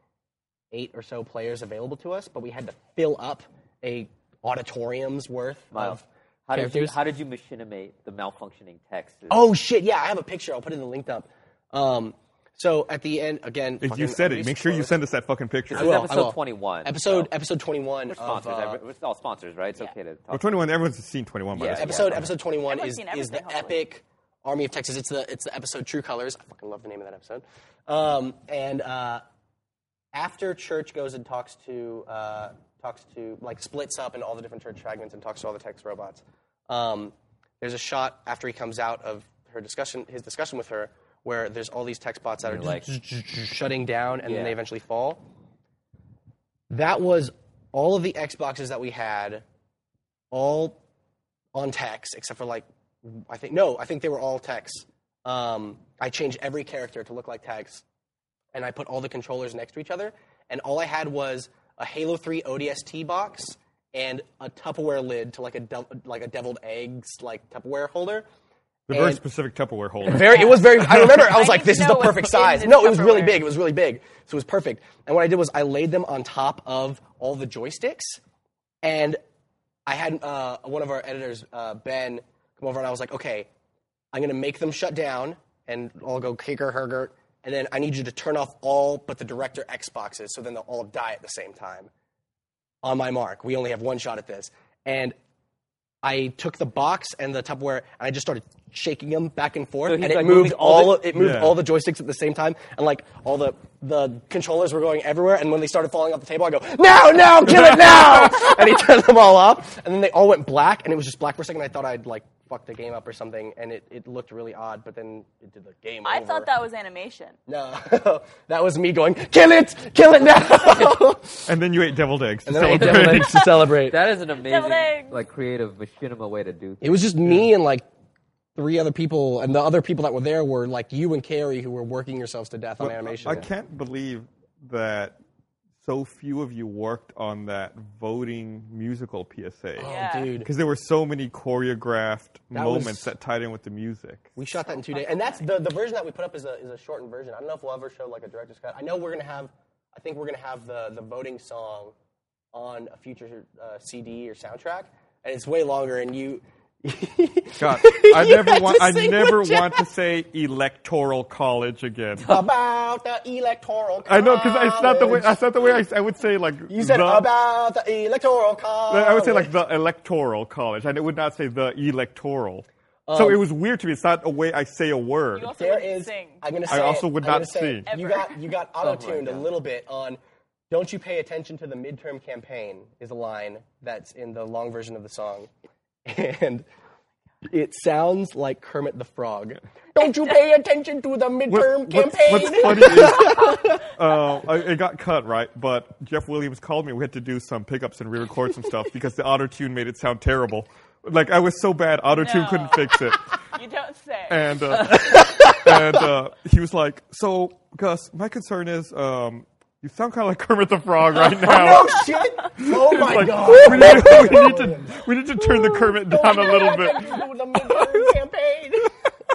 eight or so players available to us, but we had to fill up a auditorium's worth
Miles,
of
how did you
characters.
how did you machinimate the malfunctioning text?
Oh shit! Yeah, I have a picture. I'll put it in the linked up. Um, so at the end again,
If you
fucking-
said
I'm
it, make sure you
close.
send us that fucking picture.
This is
will, I
episode
will.
21.
episode
so
episode twenty one
we're
of
sponsors.
uh,
every- we're all sponsors, right? It's okay to talk.
Well, 21, everyone's seen 21 by
Yeah,
this point.
episode episode twenty one
Everyone's
is
seen
is the
everything, hopefully.
epic Army of Texas. It's the it's the episode True Colors. I fucking love the name of that episode. Um, and uh, after Church goes and talks to uh, talks to like splits up in all the different Church fragments and talks to all the Tex robots. Um, there's a shot after he comes out of her discussion his discussion with her where there's all these Tex bots that are like shutting down and then
Yeah.
they eventually fall. That was all of the Xboxes that we had, all on Tex except for like I think no, I think they were all Tex. Um, I changed every character to look like Tex and I put all the controllers next to each other, and all I had was a Halo 3 ODST box and a Tupperware lid to like a dev- like a deviled eggs like Tupperware holder.
The very
and-
specific Tupperware holder.
Very, it was very. I remember I was
I
like,
need
"This
to
is the
know what's
perfect
in
size."
this
No, it was really
Tupperware.
big. It was really big, so it was perfect. And what I did was I laid them on top of all the joysticks, and I had uh, one of our editors, uh, Ben, come over, and I was like, "Okay, I'm gonna make them shut down, and I'll go kicker hergert, and then I need you to turn off all but the director Xboxes, so then they'll all die at the same time." On my mark, we only have one shot at this, and I took the box and the Tupperware and I just started shaking them back and forth,
So he's,
and it
like,
moved
moving all
all
the-
it moved
Yeah.
all the joysticks at the same time, and like all the the controllers were going everywhere. And when they started falling off the table, I go, "No, no, kill it now!" and he turned them all up, and then they all went black, and it was just black for a second. I thought I'd like fucked the game up or something, and it, it looked really odd. But then it did the game.
I
over.
thought that was animation.
no, that was me going, "Kill it, kill it now!"
And then you ate deviled eggs. to
and then I ate
celebrate.
deviled eggs to celebrate.
That is an amazing,
Building.
like, creative machinima way to do.
It was just me and like three other people, and the other people that were there were like you and Carrie, who were working yourselves to death on animation.
uh, I can't believe that so few of you worked on that voting musical PSA.
Yeah.
Oh, dude.
Because there were so many choreographed
That was-
moments that tied in with the music.
We shot that in two days, and that's the, the version that we put up is a is a shortened version. I don't know if we'll ever show like a director's cut. I know we're gonna have, I think we're gonna have the the voting song on a future uh, CD or soundtrack, and it's way longer. And you,
God, I
You
never
had
want.
to
I
sing
never
with
want to say electoral college again.
about the electoral. College.
I know because it's not the way. That's not the way I, I would say. Like
You said
the,
about the electoral college.
I would say like the electoral college. I would not say the electoral. so it was weird to me. It's not a way I say a word.
You also
There
wouldn't
is.
sing.
I'm gonna say.
I also
it.
would
I'm
not
gonna say it.
sing.
You
Ever.
got you got auto tuned
God.
a little bit on. Don't you pay attention to the midterm campaign? Is a line that's in the long version of the song, and It sounds like Kermit the Frog. Don't you pay attention to the midterm campaign?
What's, funny is, uh, I- it got cut right, but Jeff Williams called me. We had to do some pickups and re-record some stuff because the auto tune made it sound terrible. Like I was so bad, auto tune
No.
couldn't fix it.
You don't say.
And uh, and uh, he was like, "So Gus, my concern is um, you sound kind of like Kermit the Frog right now."
oh shit! Oh my
Like,
god!
we, need, we need to we need to turn the Kermit down a little bit.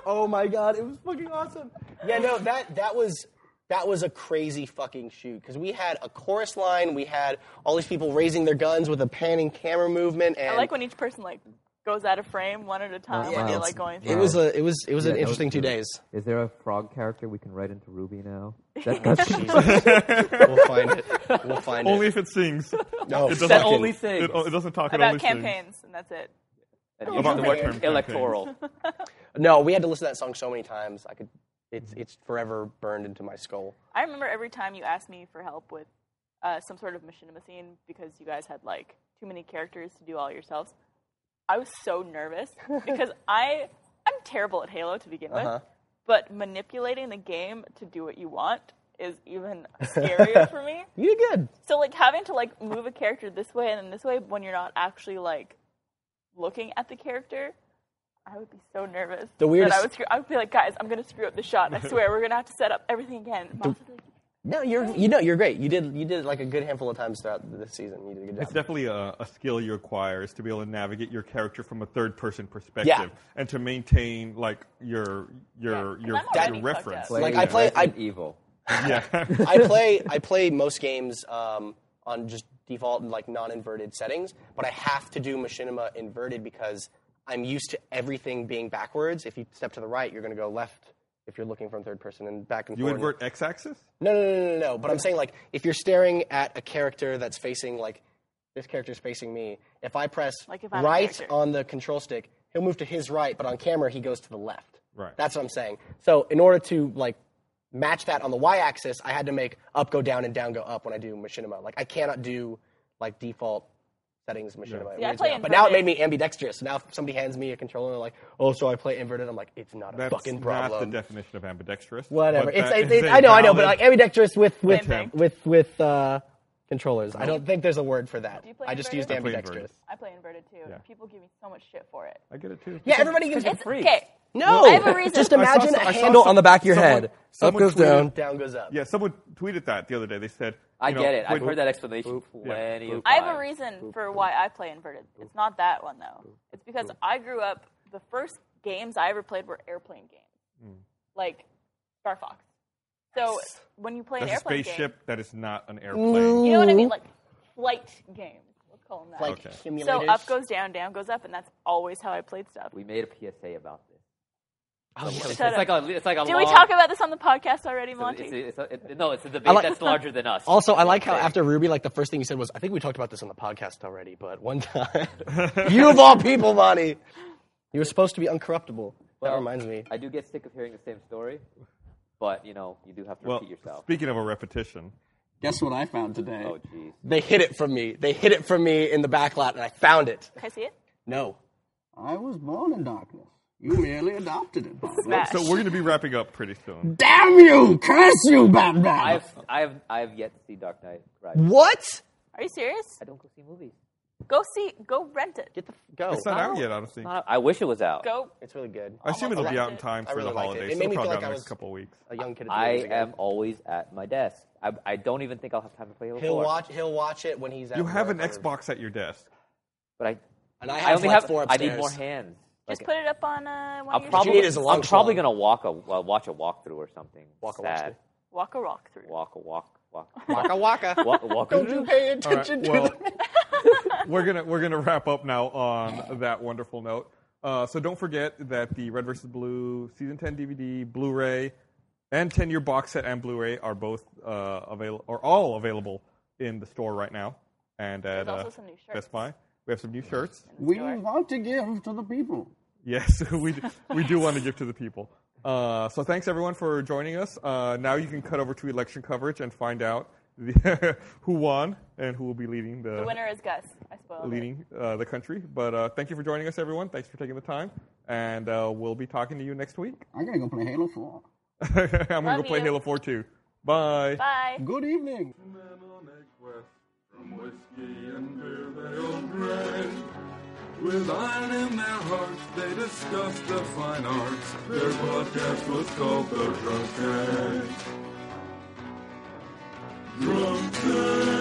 Oh my god, it was fucking awesome.
Yeah, no, that that was that was a crazy fucking shoot because we had a chorus line, we had all these people raising their guns with a panning camera movement, and
I like when each person like goes out of frame one at
Oh,
a time
Yeah,
when they're
it's-
like going.
it
through.
was a it was it was an
that
interesting
was
two
good.
days.
Is there a frog character we can write into Ruby now? That, that's
We'll find it. We'll find
Only if
it.
it sings. It
No,
doesn't-
That only sings.
It, it doesn't talk. it only
about
sings.
campaigns, and that's it.
About
Elec-
what term?
electoral.
No, we had to listen to that song so many times. I could. It's it's forever burned into my skull.
I remember every time you asked me for help with uh, some sort of machinima scene because you guys had like too many characters to do all yourselves. I was so nervous because I I'm terrible at Halo to begin
Uh-huh.
with, but manipulating the game to do what you want is even scarier for me.
You did good.
So like having to like move a character this way and then this way when you're not actually like looking at the character, I would be so nervous. The
weirdest-
That I would screw- I would be like, guys, I'm gonna screw up the shot. I swear, we're gonna have to set up everything again. Mom's like,
No, you're you know you're great. You did you did it like a good handful of times throughout the season. You did a good job.
It's definitely a, a skill you acquire is to be able to navigate your character from a third person perspective and to maintain like your your
Yeah,
your,
'cause I'm already
your
fucked
reference.
up.
Like, I play- I-
Resident evil.
yeah.
I play I play most games um, on just default like non-inverted settings, but I have to do machinima inverted because I'm used to everything being backwards. If you step to the right, you're going to go left. If you're looking from third person and back and
you
forward.
invert x axis?
No, no, no, no, no, no. But I'm saying like if you're staring at a character that's facing like this character's facing me. If I press
Like if I'm a
right
character.
on the control stick, he'll move to his right, but on camera he goes to the left.
Right.
That's what I'm saying. So in order to like match that on the y-axis, I had to make up go down and down go up when I do machinima. Like I cannot do like default settings machinima. It
See, I
weirds
play
me out. but now it made
inverted.
me ambidextrous. So now if somebody hands me a controller, they're like, oh, so I play inverted. I'm like, it's not a
That's
fucking
not the
problem.
definition of ambidextrous.
Whatever.
but
It's,
that
it's,
is
it's-
a
I know, I know, but
valid-
like ambidextrous with with
Same thing.
with with uh, controllers. I don't think there's a word for that.
Do you play
I just used
inverted? I
play
ambidextrous.
inverted.
I play inverted too.
Yeah.
People give me so much shit for it.
I get it too.
Yeah, everybody gives
It's
freaks.
okay.
no.
I have a reason.
Just
I saw
imagine
some-
a
I saw
handle
some-
on the back of your
someone-
head.
someone
up goes down,
tweeted-
down goes up.
Yeah, someone tweeted that the other day. They said
I
you know,
get it. I've
when-
heard that explanation plenty of times.
I have a reason for why I play inverted. It's not that one though. It's because I grew up. The first games I ever played were airplane games,
Hmm.
like Star Fox. So when you play an
That's a
airplane
spaceship
game,
that is not an airplane.
you know what I mean, like flight games. Let's call them that.
Like
Okay. So
So
simulators.
up goes down, down goes up, and that's always how I played stuff.
We made a PSA about this.
Oh, yeah.
It's
Shut
like a, it's like a
Did
long,
we talk about this on the podcast already,
it's a-
Monty?
it's a- it's a- No, it's a debate
like-
that's larger than us.
Also, I like how after Ruby, like the first thing you said was, "I think we talked about this on the podcast already." But one time, you of all people, Monty, you were supposed to be uncorruptible. That
Well,
reminds me.
I do get sick of hearing the same story, but you know, you do have to
Well,
repeat yourself.
speaking of a repetition,
Guess what I found today?
Oh, jeez.
They hid it from me. They hid it from me in the back lot, and I found it.
Can I see it?
No.
I was born in darkness. You merely adopted it, Batman.
Smash.
so we're going to be wrapping up pretty soon.
Damn you! Curse you, Batman!
I have, I have, I have yet to see Dark Knight. Right?
Mm.
What?
Are you serious?
I don't go see movies.
Go see. Go rent it.
Get the f- go.
It's not out yet, honestly.
Uh, I wish it was out.
Go.
It's really good.
I assume it'll be out in time
I
for the
really liked it.
holidays.
It
so
made me feel
probably
like
out in
I
the next
was-
couple weeks.
A young kid. At the movies
I
again.
am always at my desk. I, I don't even think I'll have time to play Halo
He'll
4,
watch. He'll watch it when he's. At
You have
work
an
or-
Xbox at your desk.
But I,
And I
I,
have
only
like
have.
four
I need
upstairs.
more hands.
Just
Like,
put it up on uh, one
I'll
of your
probably,
you need is a long
I'm probably
slog.
gonna walk a uh, watch a walkthrough or something.
Walk a
Sad.
walk a rock through.
Walk a walk walk
Waka waka.
walk a walk.
Don't you pay
All right,
attention
well,
to
we're gonna we're gonna wrap up now on that wonderful note. Uh, so don't forget that the Red vs. Blue season 10 DVD, Blu-ray, and 10-year box set and Blu-ray are both uh, available or all available in the store right now and at
also
uh,
some new shirts.
Best Buy. We have some new shirts.
We want to give to the people.
Yes, we do, we do want to give to the people. Uh, so thanks everyone for joining us. Uh, now you can cut over to election coverage and find out the, who won and who will be leading the,
The winner is Gus. I spoiled it.
leading uh, the country. But uh, thank you for joining us, everyone. Thanks for taking the time. and uh, we'll be talking to you next week.
I'm gonna go play Halo 4.
I'm gonna go
Love
play
you.
Halo 4 too. Bye.
Bye.
Good evening.
men on a quest from whiskey and beer they all drank. With iron in their hearts, they discussed the fine arts. Their podcast was called The Drunken. Drunken.